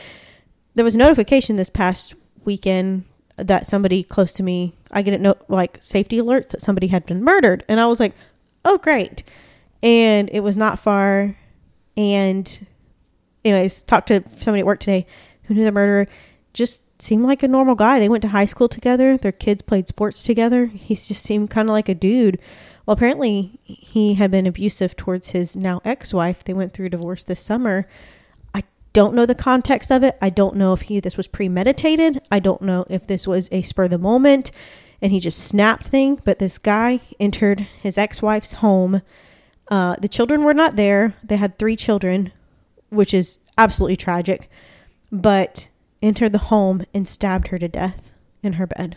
Speaker 1: There was a notification this past weekend that somebody close to me, I get a note like safety alerts that somebody had been murdered. And I was like, oh, great. And it was not far. And anyways, talked to somebody at work today who knew the murderer. Just seemed like a normal guy. They went to high school together. Their kids played sports together. He just seemed kind of like a dude. Well, apparently he had been abusive towards his now ex-wife. They went through a divorce this summer. I don't know the context of it. I don't know if he this was premeditated. I don't know if this was a spur of the moment and he just snapped thing. But this guy entered his ex-wife's home. Uh, the children were not there. They had three children, which is absolutely tragic. But entered the home and stabbed her to death in her bed,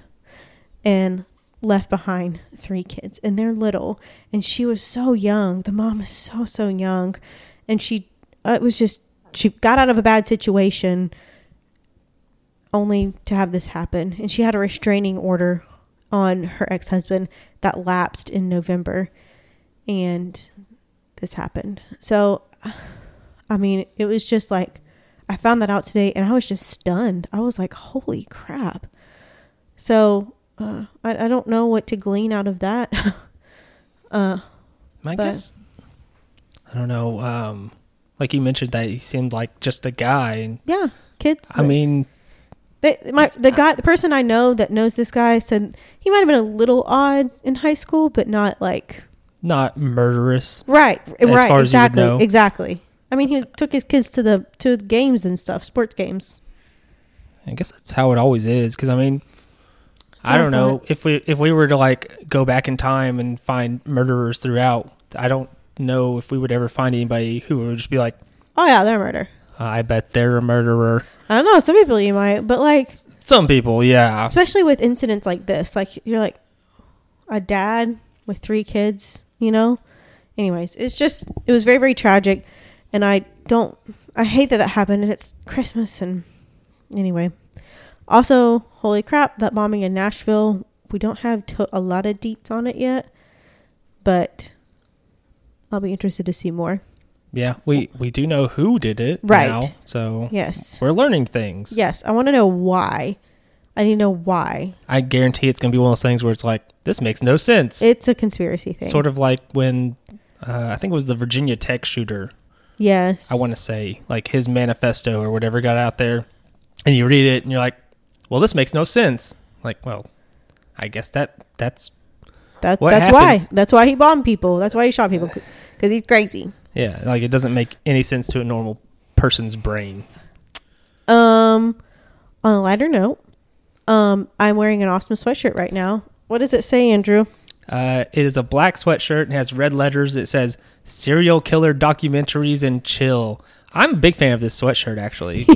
Speaker 1: and left behind three kids, and they're little, and she was so young. The mom is so so young, and she uh, it was just she got out of a bad situation only to have this happen. And she had a restraining order on her ex husband that lapsed in November. And this happened. So, I mean, it was just like, I found that out today and I was just stunned. I was like, holy crap. So, uh, I, I don't know what to glean out of that. uh, but-
Speaker 2: I guess. I don't know. Um, like you mentioned that he seemed like just a guy. And
Speaker 1: yeah, kids.
Speaker 2: I mean,
Speaker 1: They, my, the guy, the person I know that knows this guy said he might have been a little odd in high school, but not like
Speaker 2: not murderous.
Speaker 1: right, right,
Speaker 2: far as you would
Speaker 1: exactly,
Speaker 2: know.
Speaker 1: exactly. I mean, he took his kids to the to games and stuff, sports games.
Speaker 2: I guess that's how it always is. Because I mean,
Speaker 1: what
Speaker 2: I
Speaker 1: I
Speaker 2: don't know if we if we were to like go back in time and find murderers throughout. I don't know if we would ever find anybody who would just be like, "Uh,
Speaker 1: Oh yeah, they're murder.
Speaker 2: I bet they're a murderer.
Speaker 1: I don't know. Some people you might, but like
Speaker 2: Some people, yeah,
Speaker 1: especially with incidents like this, like you're like a dad with three kids, you know. Anyways, it's just it was very very tragic, and I don't I hate that that happened, and it's Christmas, and anyway, also holy crap that bombing in Nashville. We don't have to- a lot of deets on it yet, but I'll be interested to see more.
Speaker 2: yeah. We we do know who did it
Speaker 1: Right.
Speaker 2: now, so
Speaker 1: Yes,
Speaker 2: we're learning things.
Speaker 1: yes, I want to know why. I need to know why.
Speaker 2: I guarantee it's going to be one of those things where it's like, this makes no sense.
Speaker 1: It's a conspiracy thing.
Speaker 2: sort of like when uh, I think it was the Virginia Tech shooter.
Speaker 1: Yes.
Speaker 2: I want to say like his manifesto or whatever got out there, and you read it and you're like, well, this makes no sense. Like, well, I guess that that's
Speaker 1: That,
Speaker 2: What
Speaker 1: that's
Speaker 2: happens-
Speaker 1: why. That's why he bombed people. That's why he shot people. Because he's crazy.
Speaker 2: yeah, like it doesn't make any sense to a normal person's brain.
Speaker 1: Um, on a lighter note, um, I'm wearing an awesome sweatshirt right now. What does it say, Andrew?
Speaker 2: Uh, it is a black sweatshirt and has red letters. It says serial killer documentaries and chill. I'm a big fan of this sweatshirt actually.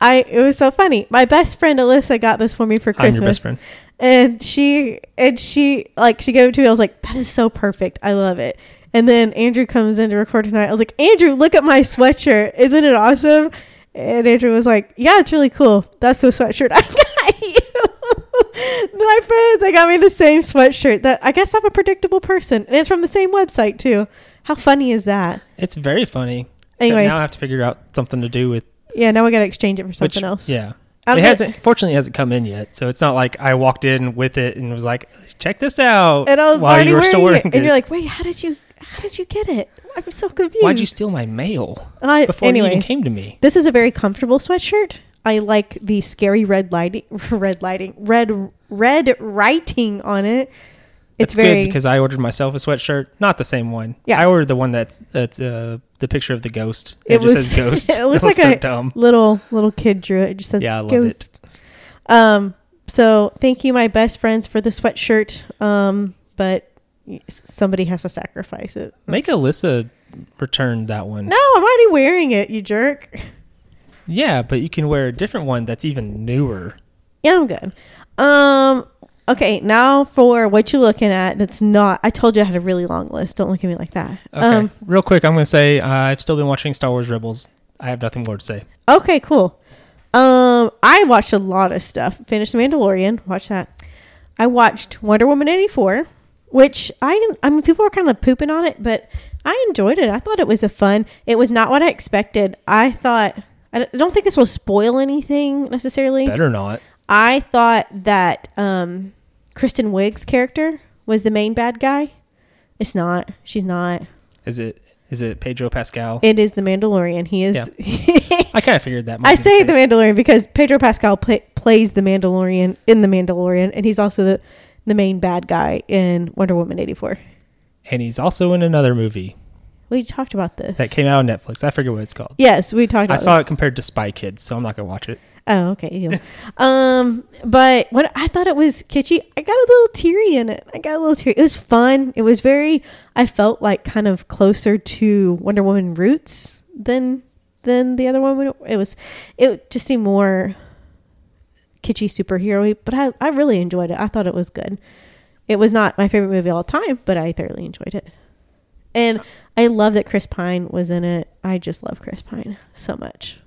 Speaker 1: I it was so funny. My best friend Alyssa got this for me for
Speaker 2: I'm
Speaker 1: Christmas.
Speaker 2: your best friend.
Speaker 1: And she and she like she gave it to me. I was like, that is so perfect. I love it. And then Andrew comes in to record tonight. I was like, Andrew, look at my sweatshirt. Isn't it awesome? And Andrew was like, Yeah, it's really cool. That's the sweatshirt I got you. my friends, they got me the same sweatshirt. That I guess I'm a predictable person, and it's from the same website too. How funny is that?
Speaker 2: It's very funny. Anyway,
Speaker 1: Anyways.
Speaker 2: now I have to figure out something to do with
Speaker 1: Yeah, now we gotta exchange it for something
Speaker 2: Which-
Speaker 1: else.
Speaker 2: Yeah.
Speaker 1: I'm
Speaker 2: it
Speaker 1: gonna-
Speaker 2: hasn't fortunately it hasn't come in yet. So it's not like I walked in with it and was like, check this out
Speaker 1: And I was
Speaker 2: while
Speaker 1: already
Speaker 2: you were
Speaker 1: wearing
Speaker 2: still wearing
Speaker 1: it, and you're like, Wait, how did you? How did you get it? I'm so confused.
Speaker 2: Why'd you steal my mail
Speaker 1: I,
Speaker 2: before you even
Speaker 1: anyways.
Speaker 2: came to me?
Speaker 1: This is a very comfortable sweatshirt. I like the scary red lighting, red lighting, red red writing on it. It's
Speaker 2: That's
Speaker 1: very
Speaker 2: good because I ordered myself a sweatshirt, not the same one.
Speaker 1: Yeah.
Speaker 2: I ordered the one that's that's uh, the picture of the ghost. It,
Speaker 1: It
Speaker 2: just
Speaker 1: was-
Speaker 2: says ghost.
Speaker 1: it looks like
Speaker 2: so
Speaker 1: a-
Speaker 2: dumb.
Speaker 1: little little kid drew it. It just said
Speaker 2: um, Yeah, I love
Speaker 1: ghost.
Speaker 2: it.
Speaker 1: Um, so thank you, my best friends, for the sweatshirt. Um, but s- somebody has to sacrifice it.
Speaker 2: Make Alyssa return that one.
Speaker 1: No, I'm already wearing it. You jerk.
Speaker 2: Yeah, but you can wear a different one that's even newer.
Speaker 1: Yeah, I'm good. Um, okay, now for what you're looking at. That's not. I told you I had a really long list. Don't look at me like that.
Speaker 2: Okay.
Speaker 1: Um,
Speaker 2: Real quick, I'm going to say uh, I've still been watching Star Wars Rebels. I have nothing more to say.
Speaker 1: Okay, cool. Um, I watched a lot of stuff. Finished Mandalorian. Watch that. I watched Wonder Woman eighty four, which I I mean people were kind of pooping on it, but I enjoyed it. I thought it was a fun. It was not what I expected. I thought I don't- I don't think this will spoil anything necessarily.
Speaker 2: Better not.
Speaker 1: I thought that um, Kristen Wiig's character was the main bad guy. It's not. She's not.
Speaker 2: Is it is it Pedro Pascal?
Speaker 1: It is the Mandalorian. He is.
Speaker 2: Yeah. I kind of figured that. might
Speaker 1: I
Speaker 2: be
Speaker 1: say the
Speaker 2: case.
Speaker 1: Mandalorian because Pedro Pascal play, plays the Mandalorian in the Mandalorian, and he's also the the main bad guy in Wonder Woman eighty four.
Speaker 2: and he's also in another movie
Speaker 1: We talked about this.
Speaker 2: that came out on Netflix. I forget what it's called.
Speaker 1: yes, we talked. About
Speaker 2: I saw
Speaker 1: this.
Speaker 2: it compared to Spy Kids, so I'm not gonna watch it.
Speaker 1: Oh, okay. you. um, but what I thought it was kitschy. I got a little teary in it. I got a little teary. It was fun. It was very. I felt like kind of closer to Wonder Woman roots than than the other one. It was. It just seemed more kitschy superhero. But I I really enjoyed it. I thought it was good. It was not my favorite movie of all time, but I thoroughly enjoyed it. And I love that Chris Pine was in it. I just love Chris Pine so much.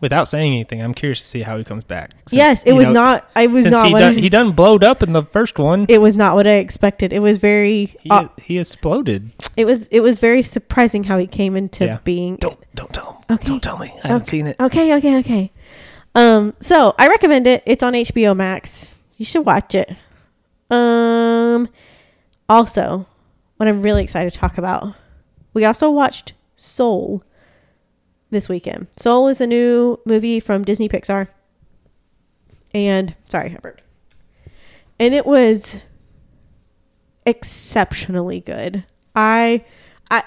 Speaker 2: Without saying anything, I'm curious to see how he comes back. Since,
Speaker 1: yes, it
Speaker 2: you
Speaker 1: was
Speaker 2: know,
Speaker 1: not. I was
Speaker 2: since
Speaker 1: not.
Speaker 2: he
Speaker 1: what
Speaker 2: done,
Speaker 1: I-
Speaker 2: he done blowed up in the first one.
Speaker 1: it was not what I expected. It was very.
Speaker 2: he,
Speaker 1: uh,
Speaker 2: he exploded.
Speaker 1: it was. It was very surprising how he came into
Speaker 2: Yeah.
Speaker 1: being.
Speaker 2: Don't don't tell him.
Speaker 1: Okay.
Speaker 2: Don't tell me. I haven't
Speaker 1: Okay.
Speaker 2: seen it.
Speaker 1: Okay. Okay. Okay. Um. So I recommend it. It's on HBO Max. You should watch it. Um. Also, what I'm really excited to talk about. We also watched Soul this weekend. Soul is a new movie from Disney Pixar. And sorry, Hubbard. And it was exceptionally good. I I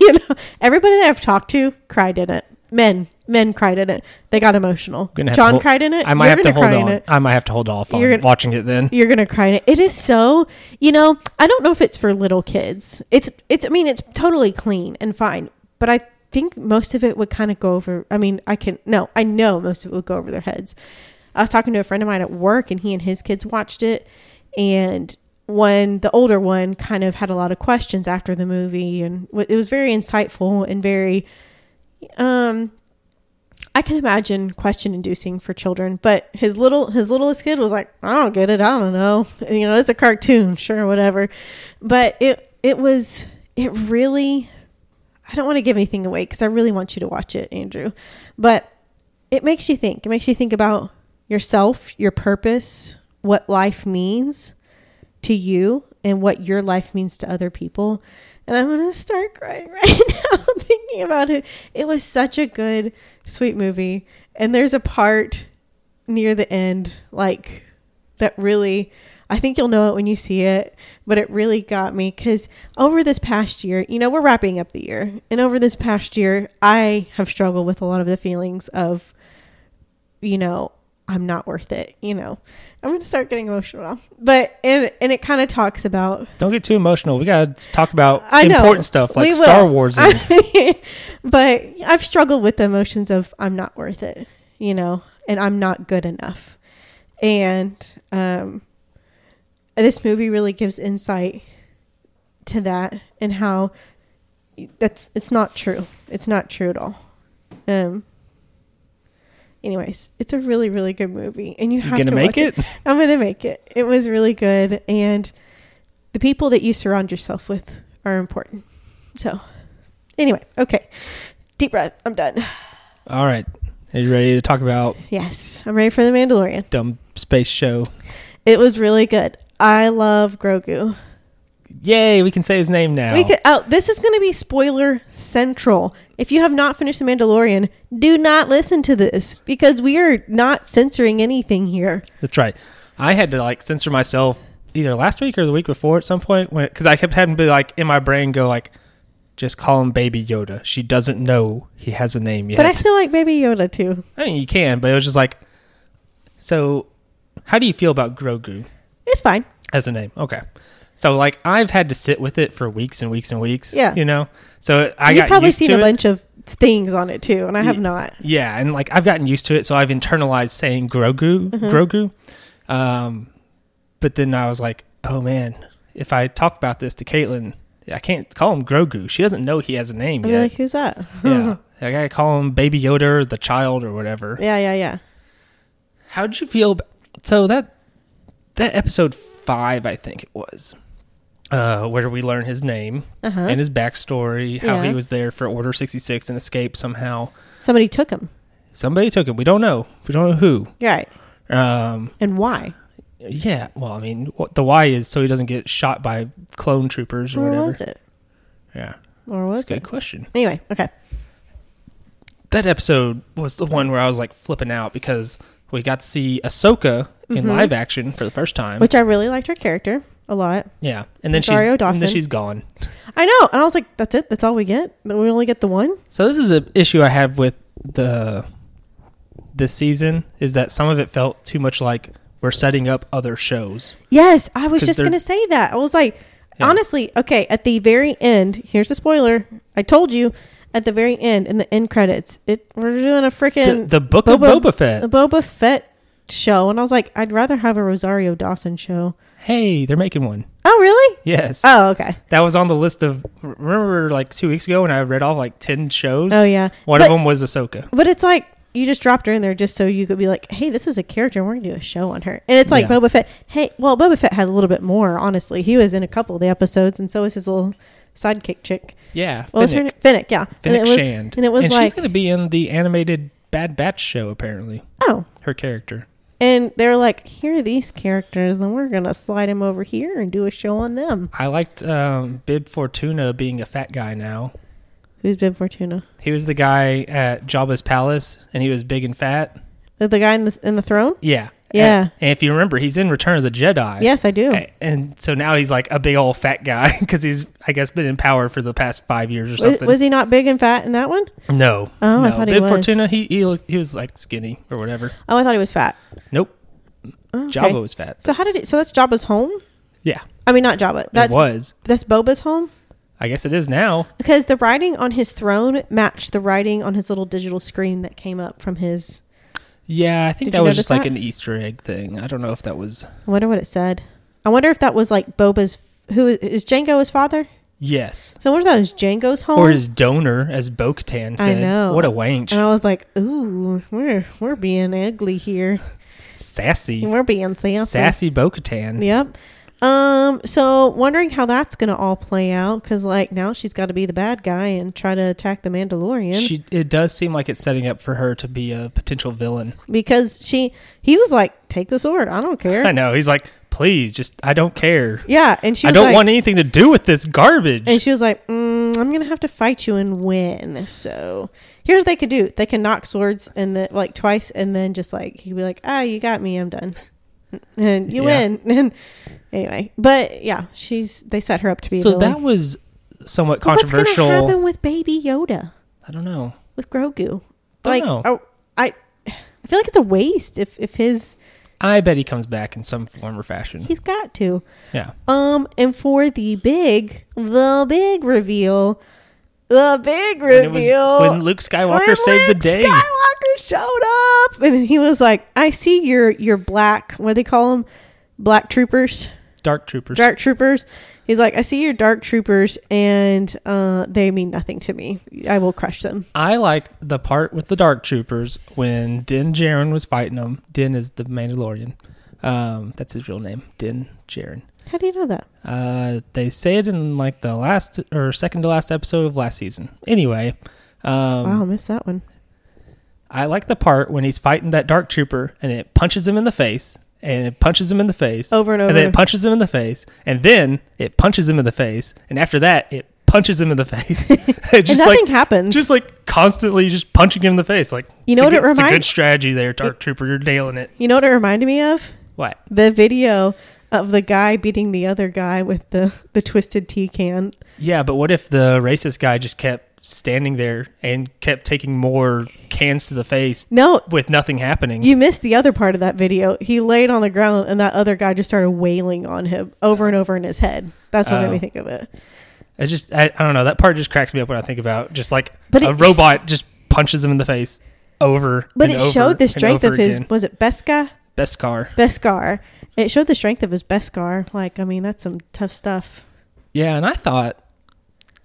Speaker 1: you know, everybody that I've talked to cried in it. Men, Men cried in it. They got emotional.
Speaker 2: gonna have to
Speaker 1: John
Speaker 2: hold-
Speaker 1: cried in it.
Speaker 2: I might
Speaker 1: You're
Speaker 2: have to
Speaker 1: gonna
Speaker 2: hold
Speaker 1: cry in
Speaker 2: on.
Speaker 1: it.
Speaker 2: I might have to hold off on
Speaker 1: You're gonna-
Speaker 2: watching it then.
Speaker 1: You're gonna cry in it. It is so. You know, I don't know if it's for little kids. It's it's. I mean, it's totally clean and fine. But I think most of it would kind of go over. I mean, I can no. I know most of it would go over their heads. I was talking to a friend of mine at work, and he and his kids watched it, and one the older one kind of had a lot of questions after the movie, and w- it was very insightful and very. Um, I can imagine question inducing for children, but his little his littlest kid was like, I don't get it, I don't know. You know, it's a cartoon, sure, whatever. But it it was it really I don't want to give anything away cuz I really want you to watch it, Andrew. But it makes you think. It makes you think about yourself, your purpose, what life means to you and what your life means to other people. And I'm going to start crying right now thinking about it. It was such a good, sweet movie. And there's a part near the end, like, that really, I think you'll know it when you see it, but it really got me because over this past year, you know, we're wrapping up the year. And over this past year, I have struggled with a lot of the feelings of, you know, I'm not worth it, you know. I'm going to start getting emotional now. But and and it kind of talks about
Speaker 2: Don't get too emotional. We gotta talk about
Speaker 1: I know.
Speaker 2: important stuff like
Speaker 1: We will.
Speaker 2: Star Wars. And
Speaker 1: but I've struggled with the emotions of I'm not worth it, you know, and I'm not good enough. And um this movie really gives insight to that and how that's it's not true. It's not true at all. Um anyways, it's a really really good movie and you
Speaker 2: You
Speaker 1: have
Speaker 2: gonna
Speaker 1: to
Speaker 2: make
Speaker 1: watch it. I'm going to make it. It was really good and the people that you surround yourself with are important. So anyway, okay. Deep breath. I'm done.
Speaker 2: All right. Are you ready to talk about
Speaker 1: Yes, I'm ready for the Mandalorian.
Speaker 2: dumb space show?
Speaker 1: It was really good. I love Grogu.
Speaker 2: Yay, we can say his name now.
Speaker 1: We could, oh, this is going to be spoiler central. If you have not finished The Mandalorian, do not listen to this because we are not censoring anything here.
Speaker 2: That's right. I had to like censor myself either last week or the week before at some point when because I kept having to be like in my brain go like just call him Baby Yoda. She doesn't know he has a name yet.
Speaker 1: But I still like Baby Yoda too.
Speaker 2: I mean, you can, but it was just like, so how do you feel about Grogu
Speaker 1: It's fine.
Speaker 2: as a name? Okay. So, like, I've had to sit with it for weeks and weeks and weeks.
Speaker 1: Yeah.
Speaker 2: You know? So I
Speaker 1: You've
Speaker 2: got
Speaker 1: probably
Speaker 2: used
Speaker 1: seen
Speaker 2: to
Speaker 1: a
Speaker 2: it.
Speaker 1: bunch of things on it too, and I have
Speaker 2: Ye-
Speaker 1: not.
Speaker 2: Yeah. And, like, I've gotten used to it. So I've internalized saying Grogu,
Speaker 1: Mm-hmm.
Speaker 2: Grogu. Um, but then I was like, oh, man, if I talk about this to Caitlin, I can't call him Grogu. She doesn't know he has a name
Speaker 1: I'd be
Speaker 2: yet.
Speaker 1: like, who's that?
Speaker 2: yeah. I gotta call him Baby Yoda or the child or whatever.
Speaker 1: Yeah, yeah, yeah.
Speaker 2: How'd you feel? ab- So that that episode five, I think it was, uh, where we learn his name
Speaker 1: Uh-huh.
Speaker 2: and his backstory, how
Speaker 1: Yeah.
Speaker 2: he was there for Order sixty six and escaped somehow.
Speaker 1: Somebody took him.
Speaker 2: Somebody took him. We don't know. We don't know who.
Speaker 1: You're right.
Speaker 2: Um,
Speaker 1: And why?
Speaker 2: yeah. Well, I mean, what the why is so he doesn't get shot by clone troopers or
Speaker 1: Or
Speaker 2: whatever.
Speaker 1: was it?
Speaker 2: Yeah,
Speaker 1: Or
Speaker 2: that's
Speaker 1: was
Speaker 2: a good
Speaker 1: it?
Speaker 2: question.
Speaker 1: Anyway, okay.
Speaker 2: that episode was the one where I was like flipping out because we got to see Ahsoka in live action for the first time.
Speaker 1: Which I really liked her character a lot.
Speaker 2: yeah, and then
Speaker 1: Rosario
Speaker 2: she's and
Speaker 1: Dawson.
Speaker 2: then she's gone.
Speaker 1: I know. And I was like, that's it. That's all we get. We only get the one.
Speaker 2: So this is an issue I have with the this season is that some of it felt too much like we're setting up other shows.
Speaker 1: Yes, I was
Speaker 2: 'Cause
Speaker 1: just
Speaker 2: they're-
Speaker 1: going to say that. I was like,
Speaker 2: Yeah.
Speaker 1: honestly, okay, at the very end, here's a spoiler. I told you at the very end in the end credits, it we're doing a
Speaker 2: The,
Speaker 1: freaking
Speaker 2: the book of Boba Fett.
Speaker 1: the Boba Fett show. And I was like, I'd rather have a Rosario Dawson show.
Speaker 2: hey, they're making one.
Speaker 1: Oh, really?
Speaker 2: Yes,
Speaker 1: Oh, okay.
Speaker 2: that was on the list of. Remember, like two weeks ago when I read off like ten shows.
Speaker 1: Oh, yeah.
Speaker 2: one
Speaker 1: But-
Speaker 2: of them was Ahsoka.
Speaker 1: But it's like you just dropped her in there just so you could be like, hey, this is a character. and We're going to do a show on her. And it's like
Speaker 2: Yeah.
Speaker 1: Boba Fett. Hey, well, Boba Fett had a little bit more, honestly. He was in a couple of the episodes, and so was his little sidekick chick.
Speaker 2: Yeah,
Speaker 1: What was her
Speaker 2: Finnick.
Speaker 1: name? Finnick, yeah. and
Speaker 2: Finnick
Speaker 1: it was,
Speaker 2: Shand.
Speaker 1: And it was like,
Speaker 2: she's going to be in the animated Bad Batch show, apparently.
Speaker 1: oh.
Speaker 2: Her character.
Speaker 1: And they're like, here are these characters, and we're going to slide them over here and do a show on them.
Speaker 2: I liked um, Bib Fortuna being a fat guy now.
Speaker 1: Who's Bib Fortuna?
Speaker 2: He was the guy at Jabba's palace, and he was big and fat.
Speaker 1: The the guy in the, in the throne?
Speaker 2: Yeah,
Speaker 1: Yeah.
Speaker 2: And, and if you remember, he's in Return of the Jedi.
Speaker 1: Yes, I do.
Speaker 2: A- And so now he's like a big old fat guy because he's, I guess, been in power for the past five years or
Speaker 1: Was,
Speaker 2: something.
Speaker 1: was he not big and fat in that one?
Speaker 2: no.
Speaker 1: Oh,
Speaker 2: no.
Speaker 1: I thought he
Speaker 2: Bib
Speaker 1: was.
Speaker 2: Fortuna, he he, looked, he was like skinny or whatever.
Speaker 1: Oh, I thought he was fat.
Speaker 2: Nope.
Speaker 1: Oh, okay.
Speaker 2: Jabba was fat.
Speaker 1: So how did it? So that's Jabba's home.
Speaker 2: Yeah,
Speaker 1: I mean, not Jabba. That's
Speaker 2: it was.
Speaker 1: that's Boba's home
Speaker 2: I guess it is now.
Speaker 1: because the writing on his throne matched the writing on his little digital screen that came up from his.
Speaker 2: Yeah, I think
Speaker 1: Did
Speaker 2: that
Speaker 1: you
Speaker 2: was
Speaker 1: notice
Speaker 2: just like
Speaker 1: that?
Speaker 2: an Easter egg thing. I don't know if that was.
Speaker 1: I wonder what it said. I wonder if that was like Boba's. Who is Django? His father.
Speaker 2: Yes.
Speaker 1: So I wonder if that was Django's home.
Speaker 2: Or his donor, as Bo Katan
Speaker 1: Oh. I
Speaker 2: said.
Speaker 1: know.
Speaker 2: What a wanch.
Speaker 1: and I was like, ooh, we're we're being ugly here.
Speaker 2: Sassy.
Speaker 1: We're being sassy.
Speaker 2: Sassy Bo Katan.
Speaker 1: Yep. Um. So wondering how that's gonna all play out because like now she's got to be the bad guy and try to attack the Mandalorian
Speaker 2: She, it does seem like it's setting up for her to be a potential villain.
Speaker 1: because she he was like, take the sword. I don't care.
Speaker 2: I know. He's like, please, just, I don't care.
Speaker 1: Yeah, and she
Speaker 2: I
Speaker 1: was
Speaker 2: don't
Speaker 1: like,
Speaker 2: want anything to do with this garbage.
Speaker 1: and she was like, mm, I'm gonna have to fight you and win. So here's what they could do: they can knock swords and the like twice, and then just like he could be like, ah, you got me, I'm done, and you
Speaker 2: Yeah.
Speaker 1: win. And anyway, but yeah, she's they set her up to be. a
Speaker 2: so
Speaker 1: villain.
Speaker 2: that was somewhat
Speaker 1: But What's gonna
Speaker 2: controversial.
Speaker 1: happen with Baby Yoda
Speaker 2: I don't know.
Speaker 1: with Grogu?
Speaker 2: Don't
Speaker 1: like,
Speaker 2: know.
Speaker 1: oh, I, I feel like it's a waste if if his
Speaker 2: I bet he comes back in some form or fashion.
Speaker 1: he's got to.
Speaker 2: Yeah.
Speaker 1: Um, and for the big, the big reveal, the big reveal.
Speaker 2: When, it was, when Luke Skywalker
Speaker 1: when
Speaker 2: saved
Speaker 1: Luke
Speaker 2: the day.
Speaker 1: Skywalker showed up, and he was like, "I see your your black. What do they call them? Black troopers,
Speaker 2: Dark Troopers.
Speaker 1: dark troopers." He's like, "I see your dark troopers, and uh, they mean nothing to me. I will crush them."
Speaker 2: I like the part with the Dark Troopers when Din Djarin was fighting them. Din is the Mandalorian. Um, that's his real name, Din Djarin.
Speaker 1: How do you know that?
Speaker 2: Uh, they say it in like the last or second to last episode of last season. Anyway, um,
Speaker 1: wow, I missed that one.
Speaker 2: I like the part when he's fighting that Dark Trooper and it punches him in the face. And it punches him in the face
Speaker 1: Over and
Speaker 2: and then
Speaker 1: over.
Speaker 2: it punches him in the face, and then it punches him in the face, and after that, it punches him in the face. It
Speaker 1: And
Speaker 2: just
Speaker 1: nothing
Speaker 2: like
Speaker 1: happens.
Speaker 2: just like constantly just punching him in the face. Like
Speaker 1: You know
Speaker 2: it's
Speaker 1: what it
Speaker 2: a good- It's a
Speaker 1: remind-
Speaker 2: good strategy there, Dark Trooper. You're nailing it.
Speaker 1: you know what it reminded me of?
Speaker 2: What?
Speaker 1: the video of the guy beating the other guy with the the twisted tea can.
Speaker 2: Yeah, but what if the racist guy just kept standing there and kept taking more cans to the face
Speaker 1: No,
Speaker 2: with nothing happening?
Speaker 1: you missed the other part of that video. He laid on the ground and that other guy just started wailing on him over and over in his head. That's what made
Speaker 2: Oh.
Speaker 1: me think of it.
Speaker 2: I just I, I don't know. That part just cracks me up when I think about just like
Speaker 1: But
Speaker 2: a
Speaker 1: it-
Speaker 2: robot just punches him in the face over.
Speaker 1: But
Speaker 2: and
Speaker 1: it
Speaker 2: over
Speaker 1: showed the
Speaker 2: and
Speaker 1: strength
Speaker 2: over
Speaker 1: of his
Speaker 2: again.
Speaker 1: was it Beska?
Speaker 2: best car.
Speaker 1: Beskar. It showed the strength of his Beskar. Like, I mean, that's some tough stuff.
Speaker 2: Yeah, and I thought.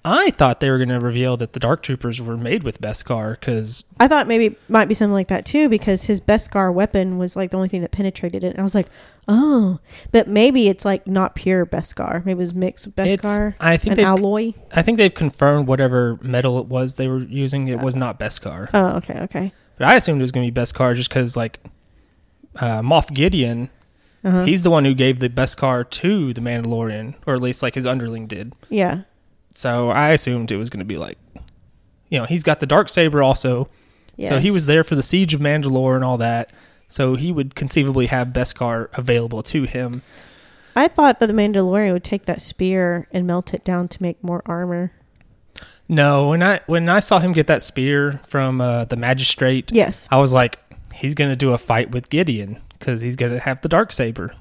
Speaker 2: I thought they were going to reveal that the Dark Troopers were made with Beskar because
Speaker 1: I thought maybe it might be something like that too, because his Beskar weapon was like the only thing that penetrated it. And I was like, oh, but maybe it's like not pure Beskar. Maybe it was mixed with
Speaker 2: It's-
Speaker 1: Beskar.
Speaker 2: I think
Speaker 1: an
Speaker 2: they've-
Speaker 1: alloy.
Speaker 2: I think they've confirmed whatever metal it was they were using.
Speaker 1: Uh,
Speaker 2: It was not Beskar,
Speaker 1: Oh, okay, okay.
Speaker 2: but I assumed it was going to be Beskar just because like uh, Moff Gideon,
Speaker 1: Uh-huh.
Speaker 2: he's the one who gave the Beskar to the Mandalorian, or at least like his underling did.
Speaker 1: yeah,
Speaker 2: So I assumed it was going to be like, you know, he's got the dark saber also,
Speaker 1: yeah.
Speaker 2: so he was there for the siege of Mandalore and all that. So he would conceivably have Beskar available to him.
Speaker 1: I thought that the Mandalorian would take that spear and melt it down to make more armor.
Speaker 2: No, when I when I saw him get that spear from uh, the magistrate,
Speaker 1: Yes.
Speaker 2: I was like, he's going to do a fight with Gideon because he's going to have the dark saber.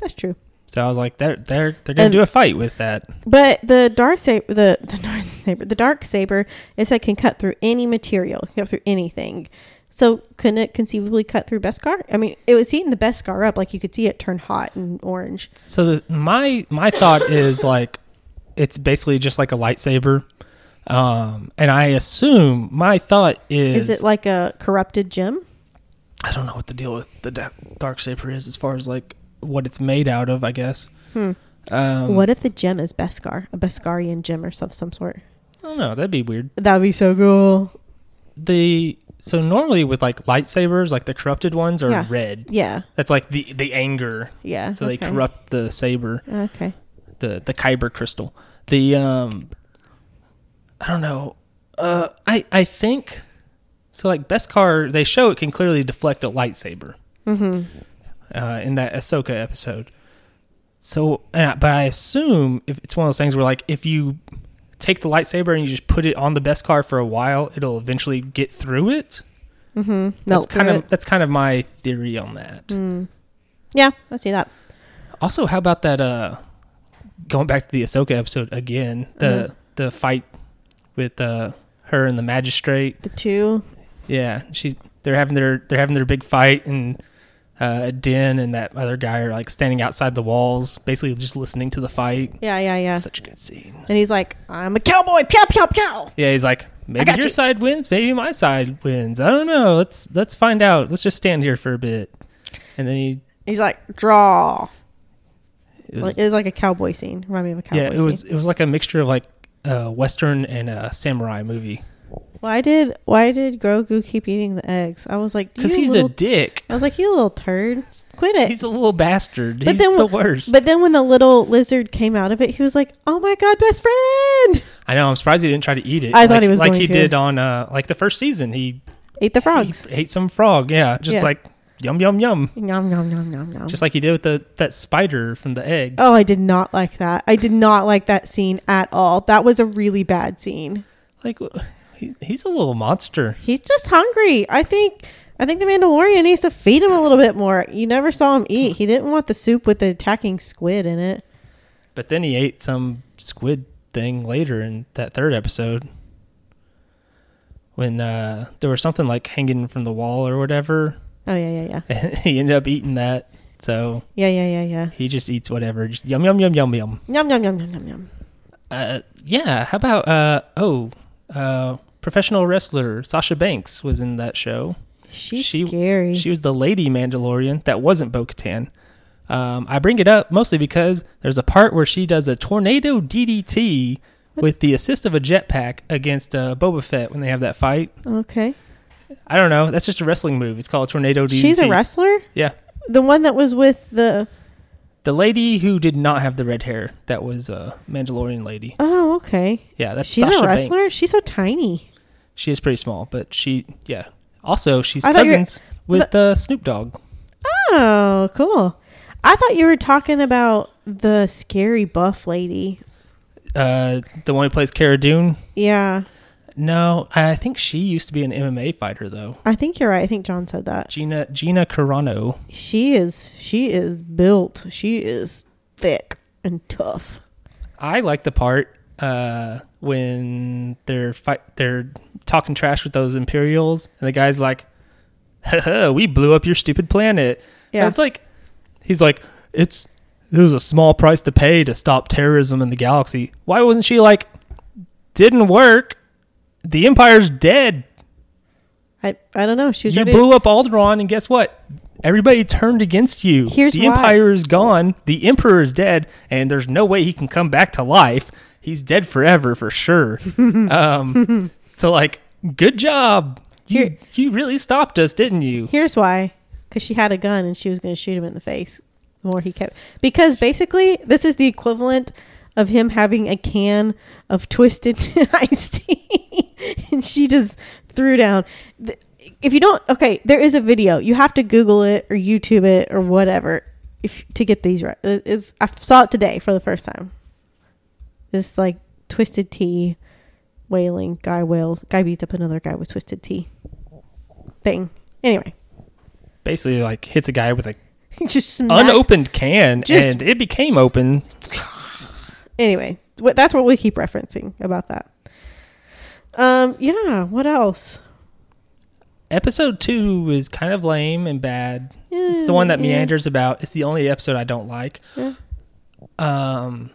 Speaker 1: That's true.
Speaker 2: So I was like, they're they're they're going
Speaker 1: And-
Speaker 2: to do a fight with that.
Speaker 1: But the dark saber, the the dark saber, the dark saber is that can cut through any material, can cut through anything. So couldn't it conceivably cut through Beskar? I mean, it was heating the Beskar up, like you could see it turn hot and orange.
Speaker 2: So the, my my thought is like, it's basically just like a lightsaber, um, and I assume my thought is,
Speaker 1: Is, it like a corrupted gem?
Speaker 2: I don't know what the deal with the da- dark saber is as far as like what it's made out of. I guess.
Speaker 1: Hmm.
Speaker 2: Um,
Speaker 1: what if the gem is Beskar, a Beskarian gem or some some sort?
Speaker 2: I don't know. That'd be weird.
Speaker 1: That would be so cool.
Speaker 2: The so normally with like lightsabers, like the corrupted ones are
Speaker 1: Yeah.
Speaker 2: red.
Speaker 1: Yeah,
Speaker 2: That's like the the anger.
Speaker 1: yeah.
Speaker 2: So they
Speaker 1: okay.
Speaker 2: corrupt the saber.
Speaker 1: Okay.
Speaker 2: the the kyber crystal the um i don't know uh i i think so like beskar they show it can clearly deflect a lightsaber
Speaker 1: hmm
Speaker 2: uh, in that Ahsoka episode. So, and I- but I assume if it's one of those things where like if you take the lightsaber and you just put it on the best car for a while, it'll eventually get through it.
Speaker 1: Melt
Speaker 2: that's kind
Speaker 1: through
Speaker 2: of that's kind of my theory on that.
Speaker 1: Mm. Yeah, I see that.
Speaker 2: Also, how about that? Uh, going back to the Ahsoka episode again, the
Speaker 1: Mm-hmm.
Speaker 2: the fight with uh, her and the magistrate.
Speaker 1: The two.
Speaker 2: Yeah, she's they're having their they're having their big fight, and uh, Din and that other guy are like standing outside the walls, basically just listening to the fight.
Speaker 1: Yeah, yeah, yeah.
Speaker 2: Such a good scene.
Speaker 1: and he's like, I'm a cowboy. Pew, pew, pew.
Speaker 2: Yeah, he's like, maybe
Speaker 1: got
Speaker 2: your
Speaker 1: you."
Speaker 2: side wins, maybe my side wins. I don't know. Let's let's find out. Let's just stand here for a bit, and then he.
Speaker 1: He's like, draw.
Speaker 2: It
Speaker 1: Like,
Speaker 2: was,
Speaker 1: It was like a cowboy scene. Remind me of a cowboy
Speaker 2: yeah, it was
Speaker 1: scene.
Speaker 2: it was like a mixture of like uh, western and uh, samurai movie.
Speaker 1: Why did why did Grogu keep eating the eggs? I was like,
Speaker 2: Because
Speaker 1: you
Speaker 2: he's
Speaker 1: little,
Speaker 2: a dick.
Speaker 1: I was like, you little turd, quit it.
Speaker 2: He's a little bastard. he's
Speaker 1: then
Speaker 2: the
Speaker 1: when-
Speaker 2: worst.
Speaker 1: But then when the little lizard came out of it, he was like, "Oh my god, best friend!"
Speaker 2: I know. I'm surprised he didn't try to eat it.
Speaker 1: I thought
Speaker 2: like,
Speaker 1: he was
Speaker 2: like
Speaker 1: going
Speaker 2: he
Speaker 1: to.
Speaker 2: did on uh, like the first season. He
Speaker 1: Ate the
Speaker 2: he
Speaker 1: frogs.
Speaker 2: ate some frog. Yeah, just
Speaker 1: Yeah.
Speaker 2: like yum yum yum,
Speaker 1: Nom nom nom nom nom.
Speaker 2: just like he did with the that spider from the egg.
Speaker 1: oh, I did not like that. I did not like that scene at all. That was a really bad scene.
Speaker 2: Like wh- he, he's a little monster.
Speaker 1: He's just hungry. I think. I think the Mandalorian needs to feed him a little bit more. You never saw him eat. He didn't want the soup with the attacking squid in it.
Speaker 2: But then he ate some squid thing later in that third episode. When uh, there was something like hanging from the wall or whatever,
Speaker 1: Oh yeah, yeah, yeah,
Speaker 2: and he ended up eating that. So
Speaker 1: yeah, yeah, yeah, yeah.
Speaker 2: he just eats whatever. Just yum yum yum yum yum.
Speaker 1: Yum yum yum yum yum yum.
Speaker 2: uh, yeah. How about uh, oh, uh, professional wrestler Sasha Banks was in that show.
Speaker 1: She's
Speaker 2: She-
Speaker 1: scary.
Speaker 2: She was the lady Mandalorian that wasn't Bo-Katan. Um, I bring it up mostly because there's a part where she does a tornado DDT with the assist of a jetpack against uh, Boba Fett when they have that fight.
Speaker 1: okay.
Speaker 2: I don't know. That's just a wrestling move. It's called tornado DDT.
Speaker 1: She's a wrestler.
Speaker 2: Yeah,
Speaker 1: The one that was with the.
Speaker 2: the lady who did not have the red hair that was a Mandalorian lady.
Speaker 1: Oh, okay.
Speaker 2: Yeah, that's
Speaker 1: She's
Speaker 2: Sasha
Speaker 1: a wrestler.
Speaker 2: Banks.
Speaker 1: She's so tiny.
Speaker 2: She is pretty small, but she yeah. Also, she's
Speaker 1: I thought you were-
Speaker 2: cousins with uh, Snoop Dogg.
Speaker 1: Oh, cool. I thought you were talking about the scary buff lady.
Speaker 2: Uh, the one who plays Cara Dune.
Speaker 1: Yeah,
Speaker 2: No, I think she used to be an MMA fighter though.
Speaker 1: I think you're right. I think John said that.
Speaker 2: Gina Gina Carano.
Speaker 1: She is. She is built. She is thick and tough.
Speaker 2: I like the part uh, when they're fight they're talking trash with those Imperials, and the guy's like, "Haha, "We blew up your stupid planet."
Speaker 1: Yeah.
Speaker 2: And it's like he's like, "It's it was a small price to pay to stop terrorism in the galaxy." Why wasn't she like, "Didn't work. The Empire's dead.
Speaker 1: I I don't know. She was
Speaker 2: You
Speaker 1: ready.
Speaker 2: blew up Alderaan, and guess what?" Everybody turned against you.
Speaker 1: Here's
Speaker 2: the
Speaker 1: why.
Speaker 2: empire is gone. The emperor is dead, and there's no way he can come back to life. He's dead forever for sure. um, so, like, good job. You
Speaker 1: Here-
Speaker 2: you really stopped us, didn't you?
Speaker 1: Here's why. Because she had a gun and she was going to shoot him in the face. The more he kept. Because basically, this is the equivalent of him having a can of twisted iced tea. and she just threw down. Th- If you don't, okay, there is a video. You have to Google it or YouTube it or whatever if to get these right. It- It's, I saw it today for the first time. This like twisted tea wailing guy wails. Guy beats up another guy with twisted tea thing. Anyway.
Speaker 2: Basically, like, hits a guy with a
Speaker 1: just smacked.
Speaker 2: unopened can,
Speaker 1: Just-
Speaker 2: and it became open.
Speaker 1: Anyway, what- that's what we keep referencing about that. Um, yeah. What else?
Speaker 2: Episode two is kind of lame and bad. It's the one
Speaker 1: Eh,
Speaker 2: that meanders about. It's the only episode I don't like.
Speaker 1: Mm, Yeah.
Speaker 2: Um,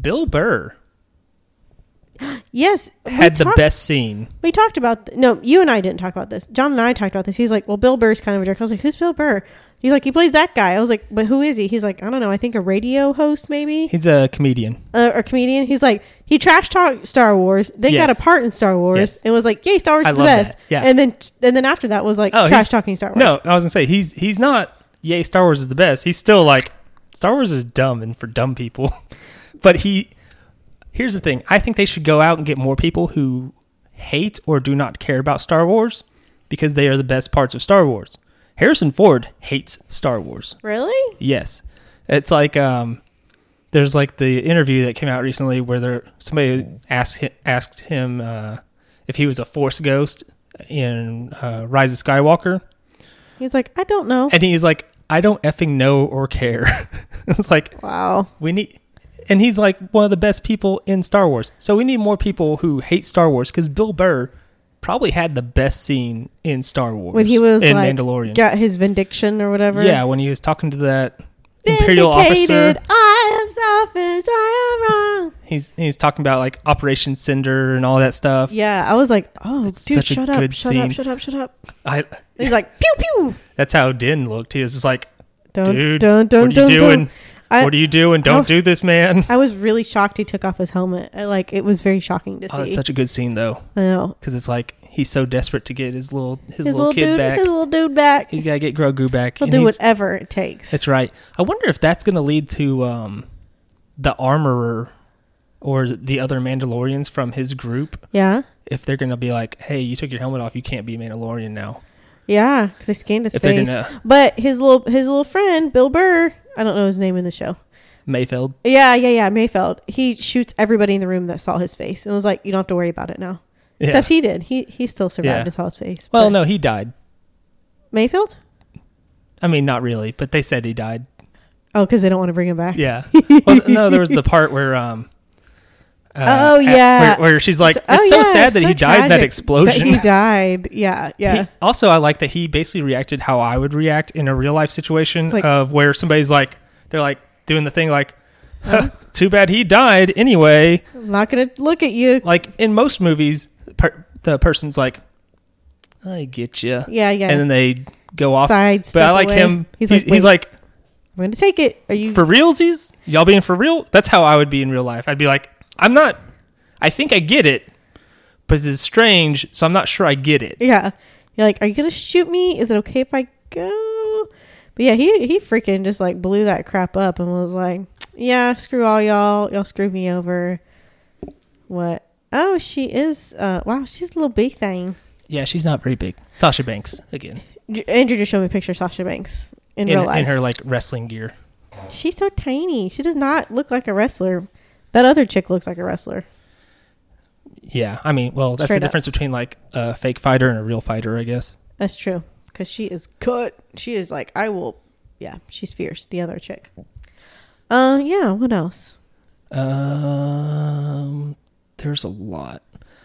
Speaker 2: Bill Burr
Speaker 1: Yes, we
Speaker 2: had the
Speaker 1: talked-
Speaker 2: best scene.
Speaker 1: We talked about th- no. You and I didn't talk about this. John and I talked about this. He's like, well, Bill Burr's kind of a jerk. I was like, who's Bill Burr? He's like, he plays that guy. I was like, but who is he? He's like, I don't know. I think a radio host, maybe
Speaker 2: He's a comedian.
Speaker 1: uh, or comedian. He's like, he trash talked Star Wars. They got
Speaker 2: Yes.
Speaker 1: a part in Star Wars
Speaker 2: Yes.
Speaker 1: and was like, yay, Star Wars
Speaker 2: I
Speaker 1: is the
Speaker 2: love
Speaker 1: best.
Speaker 2: that. Yeah.
Speaker 1: And then and then after that was like
Speaker 2: Oh, he's-
Speaker 1: trash talking Star Wars.
Speaker 2: No, I was gonna say he's he's not. Yay, Star Wars is the best. He's still like Star Wars is dumb and for dumb people. but he here's the thing. I think they should go out and get more people who hate or do not care about Star Wars because they are the best parts of Star Wars. Harrison Ford hates Star Wars.
Speaker 1: Really?
Speaker 2: Yes. It's like um there's like the interview that came out recently where there somebody asked him, asked him uh, if he was a force ghost in uh, Rise of Skywalker
Speaker 1: He's like, I don't know.
Speaker 2: and he's like I don't effing know or care. it's like
Speaker 1: Wow.
Speaker 2: we need and he's like one of the best people in Star Wars. So we need more people who hate Star Wars cuz Bill Burr probably had the best scene in Star Wars
Speaker 1: When he was
Speaker 2: in
Speaker 1: like,
Speaker 2: Mandalorian.
Speaker 1: got his vindiction or whatever.
Speaker 2: Yeah, when he was talking to that Imperial officer.
Speaker 1: Vindicated, I am selfish. I am wrong.
Speaker 2: He's he's talking about like Operation Cinder and all that stuff.
Speaker 1: Yeah, I was like, oh,
Speaker 2: It's
Speaker 1: dude,
Speaker 2: such a
Speaker 1: shut up,
Speaker 2: good
Speaker 1: shut
Speaker 2: scene.
Speaker 1: up, shut up, shut up.
Speaker 2: I
Speaker 1: And he's like, pew pew.
Speaker 2: that's how Din looked. He was just like,
Speaker 1: Don't,
Speaker 2: dude,
Speaker 1: don't, don't,
Speaker 2: what are you
Speaker 1: don't,
Speaker 2: doing?
Speaker 1: don't. I,
Speaker 2: what are you doing? Don't
Speaker 1: oh.
Speaker 2: do this, man.
Speaker 1: I was really shocked he took off his helmet. I, like, it was very shocking to
Speaker 2: Oh,
Speaker 1: see.
Speaker 2: that's such a good scene though,
Speaker 1: I know.
Speaker 2: because it's like he's so desperate to get his little his,
Speaker 1: His,
Speaker 2: little,
Speaker 1: little
Speaker 2: kid
Speaker 1: dude,
Speaker 2: back.
Speaker 1: his little dude back.
Speaker 2: he's got to get Grogu back.
Speaker 1: He'll
Speaker 2: and
Speaker 1: do
Speaker 2: he's-
Speaker 1: whatever it takes.
Speaker 2: That's right. I wonder if that's going to lead to um, the armorer or the other Mandalorians from his group.
Speaker 1: yeah,
Speaker 2: If they're going to be like, "Hey, you took your helmet off. You can't be Mandalorian now."
Speaker 1: yeah, because I scanned his
Speaker 2: If they're
Speaker 1: face.
Speaker 2: gonna
Speaker 1: But his little his little friend Bill Burr, I don't know his name in the show.
Speaker 2: Mayfeld,
Speaker 1: Yeah, yeah, yeah, Mayfeld. He shoots everybody in the room that saw his face and was like, "You don't have to worry about it now."
Speaker 2: Yeah.
Speaker 1: Except he did. He he still survived
Speaker 2: Yeah.
Speaker 1: and saw his face.
Speaker 2: Well,
Speaker 1: But-
Speaker 2: no, he died.
Speaker 1: Mayfield.
Speaker 2: I mean, not really, but they said he died.
Speaker 1: Oh, because they don't want to bring him back.
Speaker 2: Yeah. well, no, there was the part where um.
Speaker 1: Oh,
Speaker 2: at-
Speaker 1: yeah.
Speaker 2: where, where she's like,
Speaker 1: oh,
Speaker 2: it's so
Speaker 1: yeah,
Speaker 2: sad
Speaker 1: it's
Speaker 2: that
Speaker 1: so
Speaker 2: he died in
Speaker 1: tragic
Speaker 2: that explosion.
Speaker 1: he died. Yeah, yeah.
Speaker 2: He- also, I like that he basically reacted how I would react in a real life situation
Speaker 1: Like-
Speaker 2: of where somebody's like, they're like doing the thing like, "Huh, too bad he died anyway.
Speaker 1: I'm not gonna look at you.
Speaker 2: Like in most movies, per- the person's like, I get you,
Speaker 1: Yeah, yeah.
Speaker 2: and then they go off.
Speaker 1: Side
Speaker 2: but I
Speaker 1: step
Speaker 2: like
Speaker 1: away.
Speaker 2: him.
Speaker 1: He's
Speaker 2: he's,
Speaker 1: like, wait.
Speaker 2: he's like
Speaker 1: I'm gonna take it. Are you?
Speaker 2: for realsies, y'all being for real, that's how I would be in real life. I'd be like, I'm not. I think I get it, but it's strange, so I'm not sure I get it.
Speaker 1: yeah. You're like, are you gonna shoot me? Is it okay if I go? But yeah, he he freaking just like blew that crap up and was like, yeah, screw all y'all. Y'all screwed me over. What? Oh, she is. Uh, wow, she's a little big thing.
Speaker 2: Yeah, she's not very big. Sasha Banks again
Speaker 1: J- Andrew just showed me a picture of Sasha Banks in,
Speaker 2: in,
Speaker 1: real life.
Speaker 2: in her like wrestling gear.
Speaker 1: She's so tiny. She does not look like a wrestler. That other chick looks like a wrestler.
Speaker 2: Yeah, I mean, well, that's
Speaker 1: Straight
Speaker 2: the
Speaker 1: up.
Speaker 2: difference between like a fake fighter and a real fighter, I guess.
Speaker 1: That's true. Because she is cut. She is like, I will. Yeah, she's fierce. The other chick. Uh, yeah. What else?
Speaker 2: Um, there's a lot.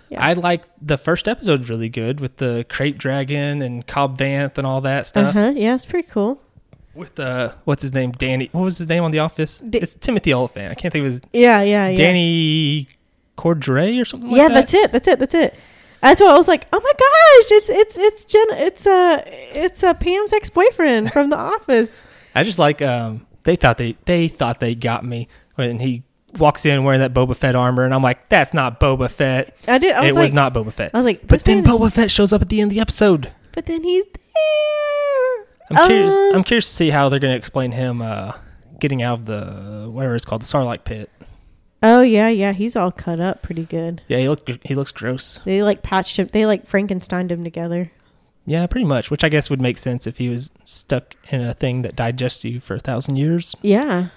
Speaker 1: Yeah.
Speaker 2: I like the first episode's really good with the crepe dragon and Cobb Vanth and all that
Speaker 1: Uh
Speaker 2: stuff.
Speaker 1: huh. Yeah, it's pretty cool.
Speaker 2: With uh, what's his name, Danny? What was his name on The Office?
Speaker 1: Da-
Speaker 2: it's Timothy Oliphant. I can't think of his
Speaker 1: Yeah, yeah, yeah.
Speaker 2: Danny Cordray or something. Like
Speaker 1: yeah,
Speaker 2: that?
Speaker 1: that's it. That's it. That's it. That's why I was like, oh my gosh, it's it's it's Jen, it's uh it's uh, Pam's ex boyfriend from The Office.
Speaker 2: I just like um they thought they they thought they got me when he walks in wearing that Boba Fett armor and I'm like that's not Boba Fett.
Speaker 1: I did. I was
Speaker 2: it
Speaker 1: like, "Oh,
Speaker 2: was not Boba Fett.
Speaker 1: I was like,
Speaker 2: but then
Speaker 1: this-
Speaker 2: Boba Fett shows up at the end of the episode.
Speaker 1: but then he's there.
Speaker 2: I'm curious.
Speaker 1: Um,
Speaker 2: I'm curious to see how they're going to explain him uh, getting out of the whatever it's called, the Sarlacc pit.
Speaker 1: Oh yeah, yeah. He's all cut up pretty good.
Speaker 2: Yeah, he looks he looks gross.
Speaker 1: They like patched him. They like Frankensteined him together.
Speaker 2: Yeah, pretty much. Which I guess would make sense if he was stuck in a thing that digests you for a thousand years.
Speaker 1: Yeah.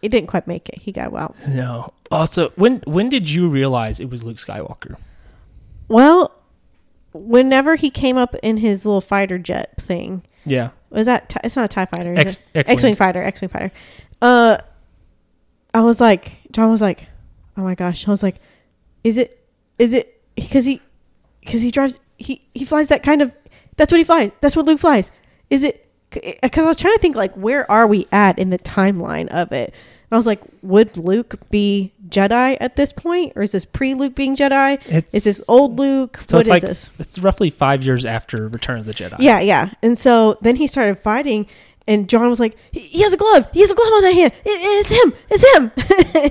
Speaker 1: It didn't quite make it. He got out.
Speaker 2: No. Also, when when did you realize it was Luke Skywalker?
Speaker 1: Well, whenever he came up in his little fighter jet thing,
Speaker 2: Yeah.
Speaker 1: was that? T- it's not a Tie Fighter. is
Speaker 2: X-
Speaker 1: it?
Speaker 2: X-wing.
Speaker 1: X-wing fighter. X-wing fighter. Uh, I was like, John was like, oh my gosh. I was like, is it? Is it? Because he, because he drives. He he flies that kind of. That's what he flies. That's what Luke flies. Is it? Because I was trying to think like, where are we at in the timeline of it? And I was like, would Luke be Jedi at this point, or is this pre-Luke being Jedi?
Speaker 2: It's-
Speaker 1: is this old Luke? What is
Speaker 2: So it's like
Speaker 1: this?
Speaker 2: it's roughly five years after Return of the Jedi.
Speaker 1: Yeah, yeah. And so then he started fighting, and John was like, "He- "He has a glove. He has a glove on that hand. It- it's him. It's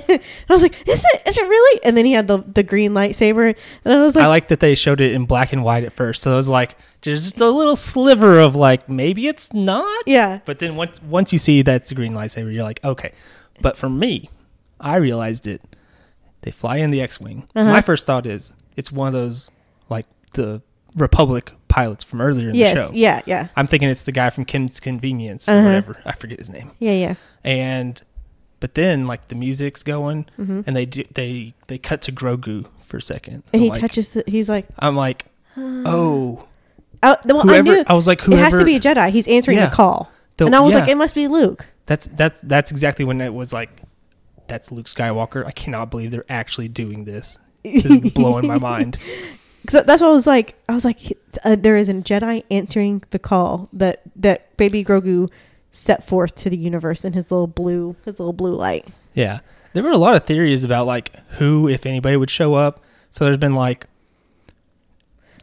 Speaker 1: him." I was like, "Is it? Is it really?" And then he had the the green lightsaber, and I was like,
Speaker 2: I like that they showed it in black and white at first, so it was like just a little sliver of like maybe it's not.
Speaker 1: "Yeah,
Speaker 2: But then once once you see that's the green lightsaber, you're like, okay. But for me, I realized it. They fly in the X-wing.
Speaker 1: Uh-huh.
Speaker 2: My first thought is it's one of those like the Republic pilots from earlier in
Speaker 1: yes.
Speaker 2: the show.
Speaker 1: Yeah. Yeah.
Speaker 2: I'm thinking it's the guy from Kim's Convenience or
Speaker 1: Uh-huh.
Speaker 2: whatever. I forget his name.
Speaker 1: Yeah. Yeah.
Speaker 2: And but then like the music's going and they do, they they cut to Grogu for a second.
Speaker 1: Mm-hmm. And he
Speaker 2: like,
Speaker 1: touches. The, he's like,
Speaker 2: I'm like, "Oh,
Speaker 1: oh, the- well,
Speaker 2: whoever
Speaker 1: I
Speaker 2: I,
Speaker 1: knew
Speaker 2: was like
Speaker 1: it
Speaker 2: whoever
Speaker 1: has to be a Jedi. He's answering
Speaker 2: Yeah.
Speaker 1: the call,
Speaker 2: the-
Speaker 1: and I was
Speaker 2: yeah,
Speaker 1: like, it must be Luke.
Speaker 2: that's that's that's exactly when it was like that's Luke Skywalker. I cannot believe they're actually doing this. This is blowing my mind.
Speaker 1: Cause that's what I was like. I was like, uh, there is a Jedi answering the call that that baby Grogu set forth to the universe in his little blue his little blue light.
Speaker 2: Yeah. There were a lot of theories about like who, if anybody, would show up. So there's been like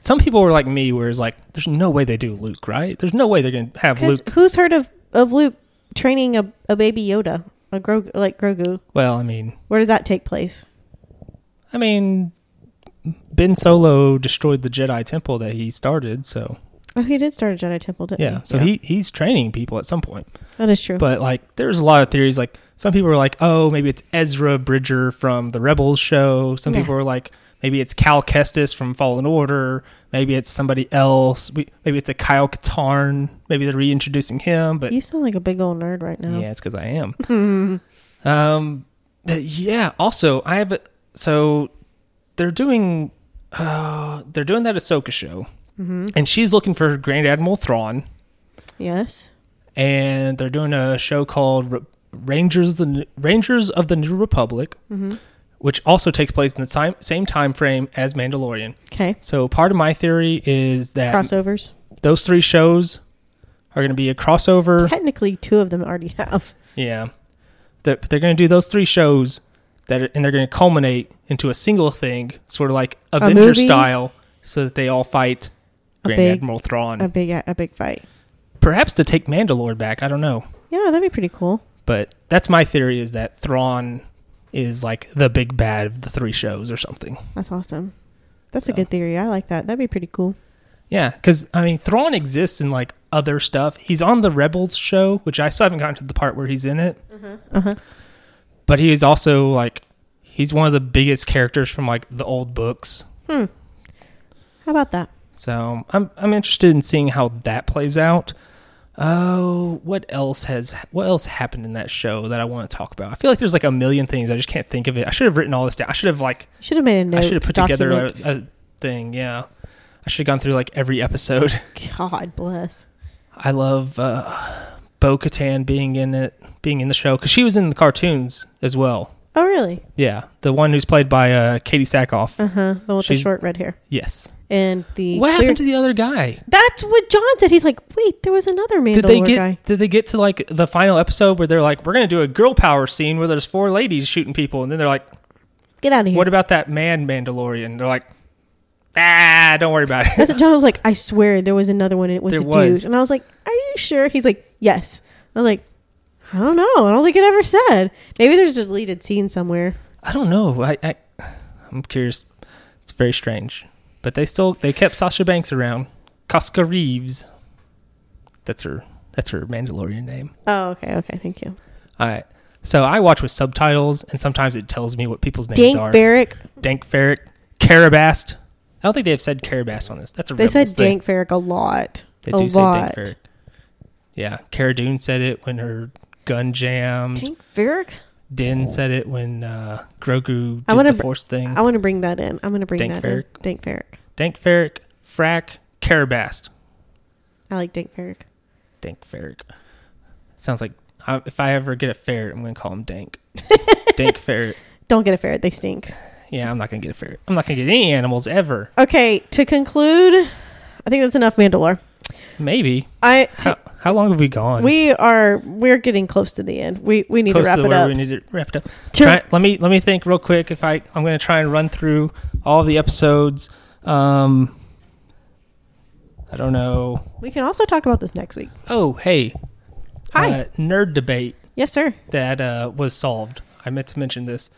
Speaker 2: some people were like me, where it's like, there's no way they do Luke, right? There's no way they're gonna have
Speaker 1: Because
Speaker 2: Luke.
Speaker 1: who's heard of of Luke training a, a baby Yoda, a Grogu like Grogu?
Speaker 2: Well, I mean,
Speaker 1: Where does that take place?
Speaker 2: I mean, Ben Solo destroyed the Jedi Temple that he started, so
Speaker 1: Oh, he did start a Jedi temple, didn't
Speaker 2: yeah.
Speaker 1: he?
Speaker 2: So he he's training people at some point.
Speaker 1: that is true.
Speaker 2: But like, there's a lot of theories. Like, some people were like, "Oh, maybe it's Ezra Bridger from the Rebels show." Some
Speaker 1: Yeah.
Speaker 2: people were like, "Maybe it's Cal Kestis from Fallen Order." Maybe it's somebody else. We, maybe it's a Kyle Katarn. Maybe they're reintroducing him. But
Speaker 1: you Hmm. sound like a big old nerd right now.
Speaker 2: yeah, it's because I am. um, but yeah. Also, I have a- so they're doing uh, they're doing that Ahsoka show,
Speaker 1: Mm-hmm.
Speaker 2: and she's looking for Grand Admiral Thrawn
Speaker 1: Yes.
Speaker 2: and they're doing a show called Re- Rangers of the New- Rangers of the New Republic,
Speaker 1: Mm-hmm.
Speaker 2: which also takes place in the same same time frame as Mandalorian.
Speaker 1: Okay.
Speaker 2: So part of my theory is that
Speaker 1: Crossovers.
Speaker 2: those three shows are going to be a crossover.
Speaker 1: Technically, two of them already have.
Speaker 2: yeah, they're, they're going to do those three shows that, are- and they're going to culminate into a single thing, sort of like Avenger
Speaker 1: movie?
Speaker 2: style, so that they all fight
Speaker 1: A
Speaker 2: Grand
Speaker 1: big-
Speaker 2: Admiral Thrawn,
Speaker 1: A big a big fight.
Speaker 2: perhaps to take Mandalore back. I don't know.
Speaker 1: Yeah, that'd be pretty cool.
Speaker 2: But that's my theory is that Thrawn is like the big bad of the three shows or something.
Speaker 1: That's awesome. That's
Speaker 2: So.
Speaker 1: a good theory. I like that. That'd be pretty cool.
Speaker 2: Yeah, because I mean, Thrawn exists in like other stuff. He's on the Rebels show, which I still haven't gotten to the part where he's in it.
Speaker 1: Uh-huh.
Speaker 2: But he is also like he's one of the biggest characters from like the old books.
Speaker 1: How about that?
Speaker 2: So I'm I'm interested in seeing how that plays out. Oh, what else has what else happened in that show that I want to talk about? I feel like there's like a million things I just can't think of it. I should have written all this down. I should have like
Speaker 1: You should have made a note.
Speaker 2: I should have put
Speaker 1: document.
Speaker 2: together a, a thing. Yeah, I should have gone through like every episode.
Speaker 1: God bless.
Speaker 2: I love uh, Bo Katan being in it, being in the show because she was in the cartoons as well.
Speaker 1: Oh, really?
Speaker 2: Yeah, the one who's played by uh, Katie Sackhoff.
Speaker 1: Uh huh. The one with
Speaker 2: She's-
Speaker 1: the short red hair
Speaker 2: Yes.
Speaker 1: and the
Speaker 2: What
Speaker 1: clear-
Speaker 2: happened to the other guy?
Speaker 1: That's what John said. He's like, wait, there was another Mandalore
Speaker 2: Did they get
Speaker 1: guy.
Speaker 2: Did they get to like the final episode where they're like, "We're gonna do a girl power scene where there's four ladies shooting people," and then they're like,
Speaker 1: Get out of here.
Speaker 2: "What about that man Mandalorian?" They're like, "Ah, don't worry about it."
Speaker 1: That's what John was like. I swear there was another one, and it was
Speaker 2: There
Speaker 1: a dude.
Speaker 2: was.
Speaker 1: And I was like, Are you sure? He's like, Yes. I was like, I don't know. I don't think it ever said. Maybe there's a deleted scene somewhere.
Speaker 2: I don't know. I, I I'm curious. It's very strange, but they still they kept Sasha Banks around. Casca Reeves. That's her. That's her Mandalorian name.
Speaker 1: Oh, okay, okay, thank you.
Speaker 2: All right. So I watch with subtitles, and sometimes it tells me what people's names
Speaker 1: Dank
Speaker 2: are.
Speaker 1: Ferrick.
Speaker 2: Dank Ferrick, Carabast. I don't think they have said Carabast on this. That's a
Speaker 1: They
Speaker 2: Rebels
Speaker 1: said
Speaker 2: thing.
Speaker 1: Dank Ferrick a lot.
Speaker 2: They
Speaker 1: a
Speaker 2: do say Dank
Speaker 1: lot.
Speaker 2: Ferrick. Yeah, Cara Dune said it when her gun jammed.
Speaker 1: Dank Ferrick.
Speaker 2: Din said it when uh, Grogu did
Speaker 1: I wanna
Speaker 2: the
Speaker 1: br-
Speaker 2: Force thing.
Speaker 1: I want to bring that in. I'm going to bring
Speaker 2: Dank
Speaker 1: that in. Dank Ferrick.
Speaker 2: Dank Ferrick, Frack, Carabast.
Speaker 1: I like Dank Ferrick.
Speaker 2: Dank Ferrick. Sounds like I, if I ever get a ferret, I'm going to call him Dank. Dank Ferret.
Speaker 1: Don't get a ferret. They stink.
Speaker 2: Yeah, I'm not going to get a ferret. I'm not going to get any animals ever.
Speaker 1: Okay, to conclude, I think that's enough Mandalore.
Speaker 2: Maybe.
Speaker 1: I
Speaker 2: How, how long have we gone?
Speaker 1: we are we're getting close to the end. We we need
Speaker 2: Close
Speaker 1: to wrap
Speaker 2: to
Speaker 1: it
Speaker 2: where
Speaker 1: up.
Speaker 2: we need to wrap it up.
Speaker 1: To-
Speaker 2: Try- let me let me think real quick. If I I'm going to try and run through all the episodes. Um, I don't know.
Speaker 1: we can also talk about this next week.
Speaker 2: Oh, hey,
Speaker 1: Hi.
Speaker 2: uh, nerd debate.
Speaker 1: yes, sir.
Speaker 2: that uh, was solved. I meant to mention this,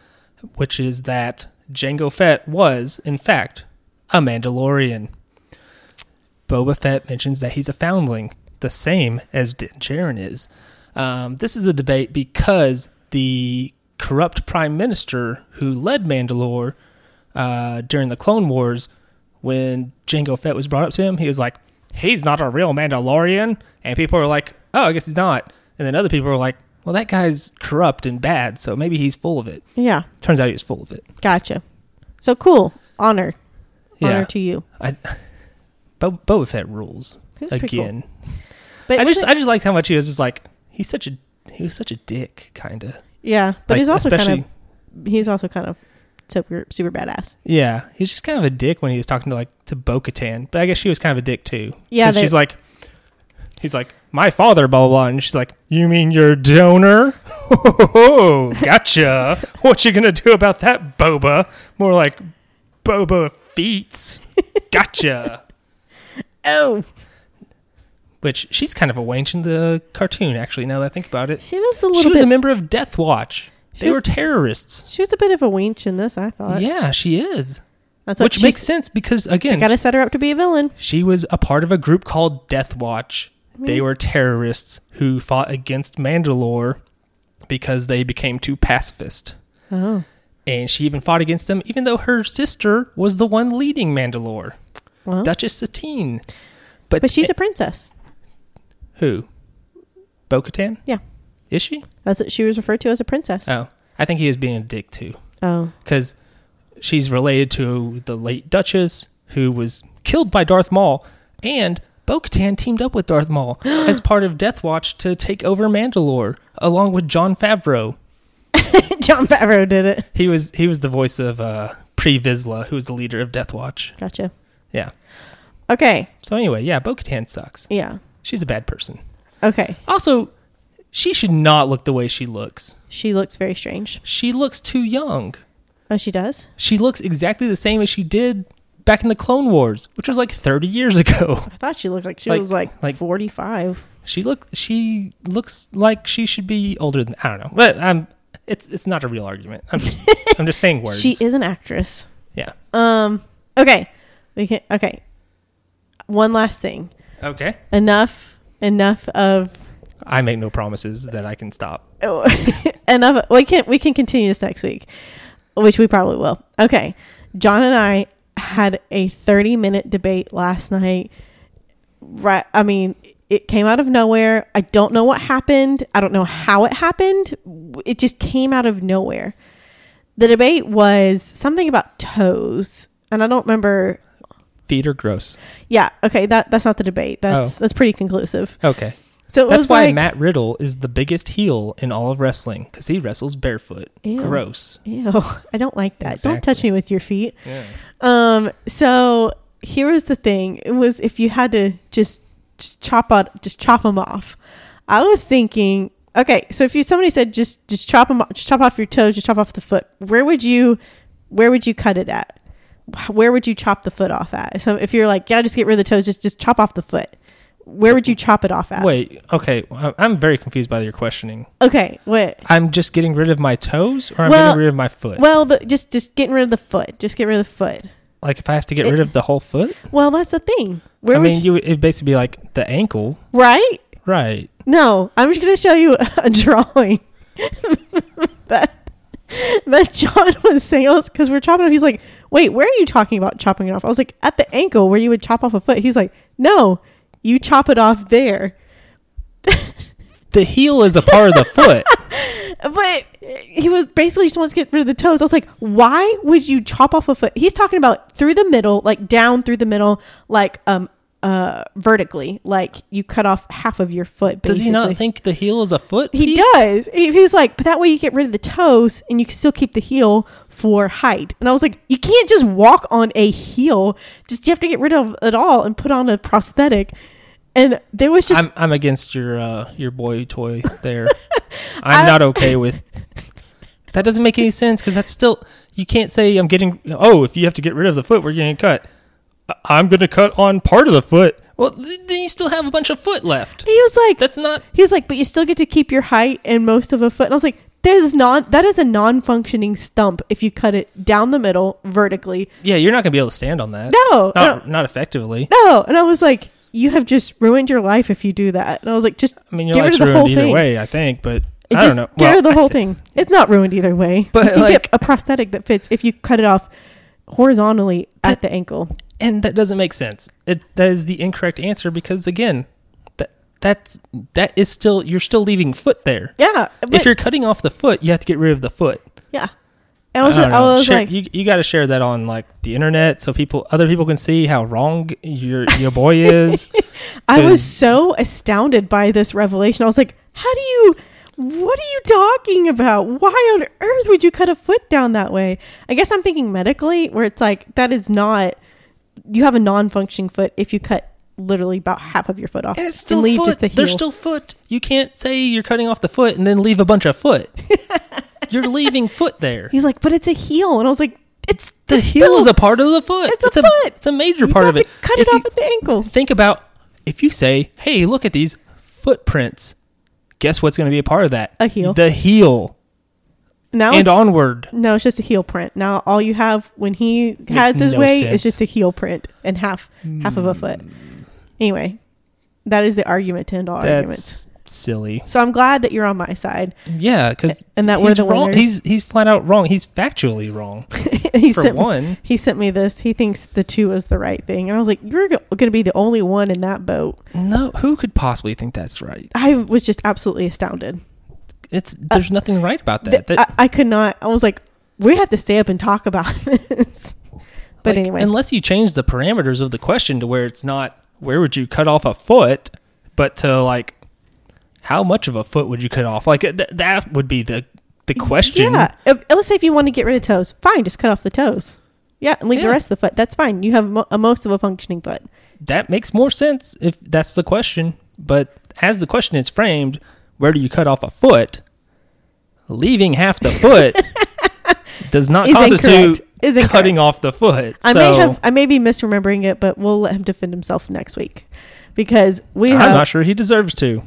Speaker 2: which is that Jango Fett was, in fact, a Mandalorian. Boba Fett mentions that he's a foundling, the same as Din Djarin is. Um, this is a debate because the corrupt prime minister who led Mandalore uh, during the Clone Wars when Jango Fett was brought up to him, he was like, "He's not a real Mandalorian," and people were like, "Oh, I guess he's not." And then other people were like, "Well, that guy's corrupt and bad, so maybe he's full of it."
Speaker 1: Yeah.
Speaker 2: Turns out he was full of it.
Speaker 1: Gotcha. So cool. Honor. Honor
Speaker 2: Yeah.
Speaker 1: to you.
Speaker 2: I, Bo- Boba Fett rules
Speaker 1: He was pretty cool.
Speaker 2: again.
Speaker 1: But
Speaker 2: I just
Speaker 1: wasn't-
Speaker 2: I just liked how much he was just like he's such a he was such a dick kind of.
Speaker 1: yeah. But he's also kind of he's also kind of super super badass.
Speaker 2: Yeah, he's just kind of a dick when he was talking to like to Bo-Katan, but I guess she was kind of a dick too.
Speaker 1: Yeah,
Speaker 2: 'Cause
Speaker 1: they-
Speaker 2: she's like, he's like my father, blah blah blah, and she's like, you mean your donor? Oh, gotcha. what you gonna do about that, Boba? More like Boba feats. Gotcha.
Speaker 1: Oh,
Speaker 2: Which she's kind of a wench in the cartoon, actually. Now that I think about it,
Speaker 1: she was a little
Speaker 2: she was
Speaker 1: bit.
Speaker 2: a member of Death Watch.
Speaker 1: She
Speaker 2: They
Speaker 1: was-
Speaker 2: were terrorists.
Speaker 1: she was a bit of a wench in this. I thought.
Speaker 2: Yeah, she is.
Speaker 1: That's what
Speaker 2: Which
Speaker 1: she
Speaker 2: makes sense because again,
Speaker 1: Got to set her up to be a villain.
Speaker 2: She was a part of a group called Death Watch. They were terrorists who fought against Mandalore because they became too pacifist.
Speaker 1: Oh.
Speaker 2: And she even fought against them, even though her sister was the one leading Mandalore,
Speaker 1: Well.
Speaker 2: Duchess Satine. But, eh,
Speaker 1: But she's a princess.
Speaker 2: who? Bo Katan?
Speaker 1: Yeah.
Speaker 2: Is she?
Speaker 1: That's what she was referred to as a princess.
Speaker 2: Oh, I think he is being a dick too.
Speaker 1: Oh.
Speaker 2: because she's related to the late Duchess, who was killed by Darth Maul, and Bo-Katan teamed up with Darth Maul as part of Death Watch to take over Mandalore, along with John Favreau.
Speaker 1: John Favreau did it.
Speaker 2: He was he was the voice of uh, Pre Vizsla, who was the leader of Death Watch.
Speaker 1: Gotcha.
Speaker 2: Yeah.
Speaker 1: Okay.
Speaker 2: So anyway, yeah, Bo-Katan sucks.
Speaker 1: Yeah.
Speaker 2: She's a bad person.
Speaker 1: Okay.
Speaker 2: Also, she should not look the way she looks.
Speaker 1: She looks very strange.
Speaker 2: She looks too young.
Speaker 1: Oh, she does?
Speaker 2: She looks exactly the same as she did back in the Clone Wars, which was like 30 years ago.
Speaker 1: I thought she looked like she
Speaker 2: Like-
Speaker 1: was like,
Speaker 2: like-
Speaker 1: 45.
Speaker 2: She look she looks like she should be older than I don't know. But I'm it's it's not a real argument. I'm just I'm just saying words.
Speaker 1: She is an actress.
Speaker 2: yeah.
Speaker 1: Um, okay. We can okay. One last thing.
Speaker 2: Okay.
Speaker 1: Enough enough of
Speaker 2: I make no promises that I can stop.
Speaker 1: oh, enough we can we can continue this next week, which we probably will. Okay. John and I had a 30-minute debate last night. Right, I mean, it came out of nowhere. I don't know what happened. I don't know how it happened. It just came out of nowhere. The debate was something about toes, and I don't remember
Speaker 2: Feet are gross.
Speaker 1: Yeah. Okay. That that's not the debate. That's that's pretty conclusive.
Speaker 2: Okay.
Speaker 1: So it
Speaker 2: Oh. That's
Speaker 1: was
Speaker 2: why
Speaker 1: like,
Speaker 2: Matt Riddle is the biggest heel in all of wrestling because he wrestles barefoot.
Speaker 1: Ew.
Speaker 2: Gross.
Speaker 1: ew, I don't like that. Don't touch
Speaker 2: Exactly.
Speaker 1: me with your feet.
Speaker 2: Yeah.
Speaker 1: Um. So here was the thing. It was if you had to just just chop out, just chop them off. I was thinking, okay. So if you somebody said just just chop them, just chop off your toes, just chop off the foot. Where would you, where would you cut it at? Where would you chop the foot off at? So if you're like, yeah, just get rid of the toes, just just chop off the foot. Where would you chop it off at?
Speaker 2: Wait. Okay. I- I'm very confused by your questioning.
Speaker 1: Okay. Wait.
Speaker 2: I'm just getting rid of my toes, or I'm
Speaker 1: Well,
Speaker 2: getting rid of my foot.
Speaker 1: Well, the, just just getting rid of the foot. Just get rid of the foot.
Speaker 2: like if I have to get
Speaker 1: it-
Speaker 2: rid of the whole foot,
Speaker 1: Well, that's the thing. Where
Speaker 2: I
Speaker 1: would
Speaker 2: mean,
Speaker 1: you,
Speaker 2: you it'd basically be like the ankle,
Speaker 1: right?
Speaker 2: right?
Speaker 1: No, I'm just gonna show you a drawing that that John was saying because we're chopping off. He's like, "Wait, where are you talking about chopping it off?" I was like, "At the ankle where you would chop off a foot." He's like, "No, you chop it off there."
Speaker 2: The heel is a part of the foot.
Speaker 1: But he was basically just wants to get rid of the toes. I was like, why would you chop off a foot? He's talking about through the middle, like down through the middle, like um uh vertically, like you cut off half of your foot.
Speaker 2: Does he
Speaker 1: basically.
Speaker 2: not think the heel is a foot?
Speaker 1: he
Speaker 2: piece?
Speaker 1: does? He, he's like, but that way you get rid of the toes and you can still keep the heel for height. And I was like, you can't just walk on a heel. Just you have to get rid of it all and put on a prosthetic. And there was just
Speaker 2: I'm I'm against your uh, your boy toy there. I'm not okay with. That doesn't make any sense because that's still you can't say I'm getting. Oh, if you have to get rid of the foot, we're getting cut. I- I'm going to cut on part of the foot. Well, th- then you still have a bunch of foot left.
Speaker 1: he was like,
Speaker 2: That's not.
Speaker 1: He was like, but you still get to keep your height and most of a foot. And I was like, there's non that is a non functioning stump if you cut it down the middle vertically.
Speaker 2: Yeah, you're not going to be able to stand on that.
Speaker 1: No,
Speaker 2: not not effectively.
Speaker 1: No. And I was like, you have just ruined your life if you do that. And I was like, just
Speaker 2: I mean, your
Speaker 1: get rid
Speaker 2: life's
Speaker 1: of the whole
Speaker 2: ruined either
Speaker 1: thing.
Speaker 2: way. I think, but
Speaker 1: It
Speaker 2: I
Speaker 1: just
Speaker 2: don't know.
Speaker 1: get rid of the
Speaker 2: I
Speaker 1: whole
Speaker 2: said-
Speaker 1: thing. It's not ruined either way.
Speaker 2: But,
Speaker 1: you can
Speaker 2: like-
Speaker 1: get a prosthetic that fits if you cut it off horizontally at the ankle.
Speaker 2: and that doesn't make sense. It that is the incorrect answer because again, that that's that is still you're still leaving foot there.
Speaker 1: Yeah.
Speaker 2: if
Speaker 1: But,
Speaker 2: you're cutting off the foot, you have to get rid of the foot.
Speaker 1: yeah. I was,
Speaker 2: I
Speaker 1: I
Speaker 2: don't know.
Speaker 1: was
Speaker 2: Share-
Speaker 1: like,
Speaker 2: you, you got to share that on like the internet so people other people can see how wrong your your boy is.
Speaker 1: I was
Speaker 2: Because-
Speaker 1: so astounded by this revelation. I was like, how do you, what are you talking about? Why on earth would you cut a foot down that way? I guess I'm thinking medically, where it's like, that is not, you have a non functioning foot if you cut literally about half of your foot off.
Speaker 2: And it's
Speaker 1: and
Speaker 2: still
Speaker 1: leave
Speaker 2: foot.
Speaker 1: just the
Speaker 2: There's
Speaker 1: heel.
Speaker 2: still foot. You can't say you're cutting off the foot and then leave a bunch of foot. you're leaving foot there.
Speaker 1: He's like, but it's a heel. And I was like, it's
Speaker 2: The
Speaker 1: it's
Speaker 2: heel
Speaker 1: still-
Speaker 2: is a part of the foot.
Speaker 1: It's a foot.
Speaker 2: It's a major
Speaker 1: you
Speaker 2: part
Speaker 1: have
Speaker 2: of it.
Speaker 1: To cut it
Speaker 2: If you-
Speaker 1: off at the ankle.
Speaker 2: Think about if you say, "Hey, look at these footprints." Guess what's going to be a part of that?
Speaker 1: A heel.
Speaker 2: The heel
Speaker 1: Now
Speaker 2: and
Speaker 1: it's-
Speaker 2: onward.
Speaker 1: No, it's just a heel print. Now all you have when he has his
Speaker 2: no
Speaker 1: way is
Speaker 2: sense.
Speaker 1: just a heel print and half half of a foot. Anyway, that is the argument to end all arguments.
Speaker 2: That's silly.
Speaker 1: So I'm glad that you're on my side.
Speaker 2: Yeah, because
Speaker 1: And that
Speaker 2: he's
Speaker 1: we're the
Speaker 2: wrong.
Speaker 1: winners.
Speaker 2: He's he's flat out wrong. He's factually wrong.
Speaker 1: he
Speaker 2: For
Speaker 1: sent me-
Speaker 2: one.
Speaker 1: he sent me this. He thinks the two is the right thing, and I was like, "You're going to be the only one in that boat."
Speaker 2: no, who could possibly think that's right?
Speaker 1: I was just absolutely astounded.
Speaker 2: It's there's nothing right about that.
Speaker 1: Uh, Th- uh,
Speaker 2: That-
Speaker 1: I, I could not. I was like, "We have to stay up and talk about this." But
Speaker 2: like,
Speaker 1: anyway,
Speaker 2: unless you change the parameters of the question to where it's not where would you cut off a foot, but to like how much of a foot would you cut off? Like th- that would be the the question.
Speaker 1: Yeah. Uh, Let's say if you want to get rid of toes, fine, just cut off the toes. Yeah, and leave the
Speaker 2: Yeah.
Speaker 1: rest of the foot. That's fine. You have mo- a most of a functioning foot.
Speaker 2: That makes more sense if that's the question. But as the question is framed, where do you cut off a foot? Leaving half the foot does not
Speaker 1: Is
Speaker 2: constitute
Speaker 1: incorrect. Is incorrect.
Speaker 2: Uh, cutting off the foot.
Speaker 1: I
Speaker 2: so
Speaker 1: may have I may be misremembering it, but we'll let him defend himself next week because we
Speaker 2: I'm
Speaker 1: have.
Speaker 2: not sure he deserves to.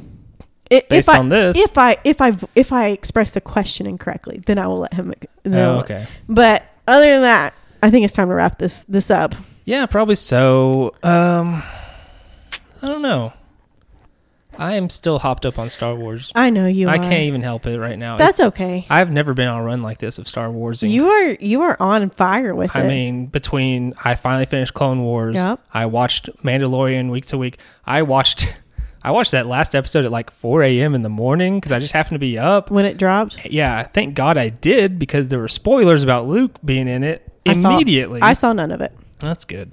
Speaker 1: i- if
Speaker 2: based
Speaker 1: I-
Speaker 2: on this.
Speaker 1: If I if I if I express the question incorrectly, then I will let him. Then I
Speaker 2: Oh,
Speaker 1: will-
Speaker 2: okay.
Speaker 1: But other than that, I think it's time to wrap this this up.
Speaker 2: Yeah, probably so. Um, I don't know. I am still hopped up on Star Wars.
Speaker 1: I know you.
Speaker 2: I
Speaker 1: are.
Speaker 2: can't even help it right now.
Speaker 1: That's
Speaker 2: It's-
Speaker 1: okay.
Speaker 2: I've never been on a run like this of Star Wars.
Speaker 1: You are you are on fire with
Speaker 2: I
Speaker 1: it.
Speaker 2: mean, between I finally finished Clone Wars.
Speaker 1: Yep.
Speaker 2: I watched Mandalorian week to week. I watched, I watched that last episode at like 4 a.m. in the morning because I just happened to be up.
Speaker 1: when it dropped,
Speaker 2: Yeah, thank God I did because there were spoilers about Luke being in it
Speaker 1: I saw-
Speaker 2: immediately.
Speaker 1: I saw none of it.
Speaker 2: That's good.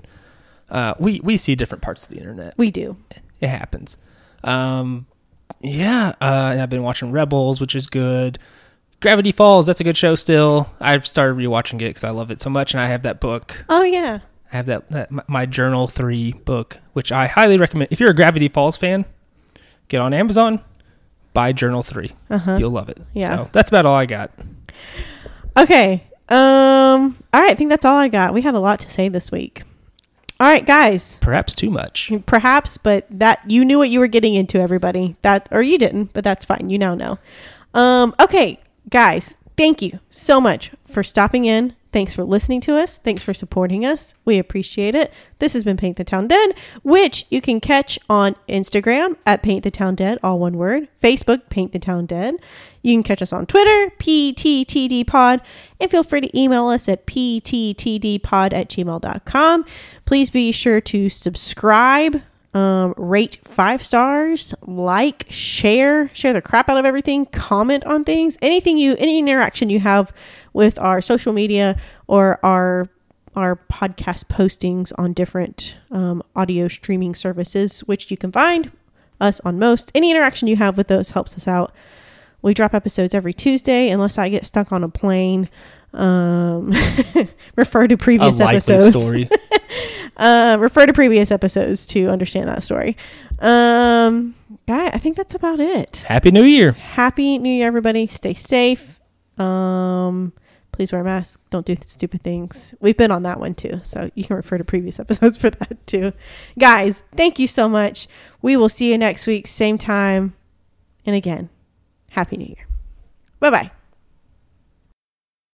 Speaker 2: Uh, we we see different parts of the internet.
Speaker 1: We do.
Speaker 2: it happens. Um, yeah, uh, and I've been watching Rebels, which is good. Gravity Falls, that's a good show still. I've started rewatching it because I love it so much, and I have that book.
Speaker 1: Oh yeah.
Speaker 2: I have that, that my- my Journal Three book, which I highly recommend. If you're a Gravity Falls fan, get on Amazon, buy Journal Three.
Speaker 1: Uh-huh.
Speaker 2: You'll love it.
Speaker 1: Yeah.
Speaker 2: So that's about all I got.
Speaker 1: Okay. Um all right, I think that's all I got. We had a lot to say this week. All right, guys.
Speaker 2: Perhaps too much.
Speaker 1: Perhaps, but that you knew what you were getting into, everybody. That or you didn't, but that's fine. You now know. Um okay, guys. Thank you so much for stopping in. Thanks for listening to us. Thanks for supporting us. We appreciate it. This has been Paint the Town Dead, which you can catch on Instagram at Paint the Town Dead, all one word. Facebook, Paint the Town Dead. You can catch us on Twitter, PTTD Pod, and feel free to email us at PTTDpod at gmail.com. Please be sure to subscribe, um, rate five stars, like, share, share the crap out of everything, comment on things, anything you, any interaction you have with our social media or our our podcast postings on different um, audio streaming services, which you can find us on most. Any interaction you have with those helps us out. We drop episodes every Tuesday, unless I get stuck on a plane. Um, refer to
Speaker 2: A
Speaker 1: previous
Speaker 2: likely
Speaker 1: episodes.
Speaker 2: story.
Speaker 1: Uh, refer to previous episodes to understand that story. Um, guy, I think that's about it.
Speaker 2: Happy New Year.
Speaker 1: Happy New Year, everybody. Stay safe. Um, please wear a mask. Don't do stupid things. We've been on that one too, so you can refer to previous episodes for that too. Guys, thank you so much. We will see you next week, same time. And again, Happy New Year. Bye bye.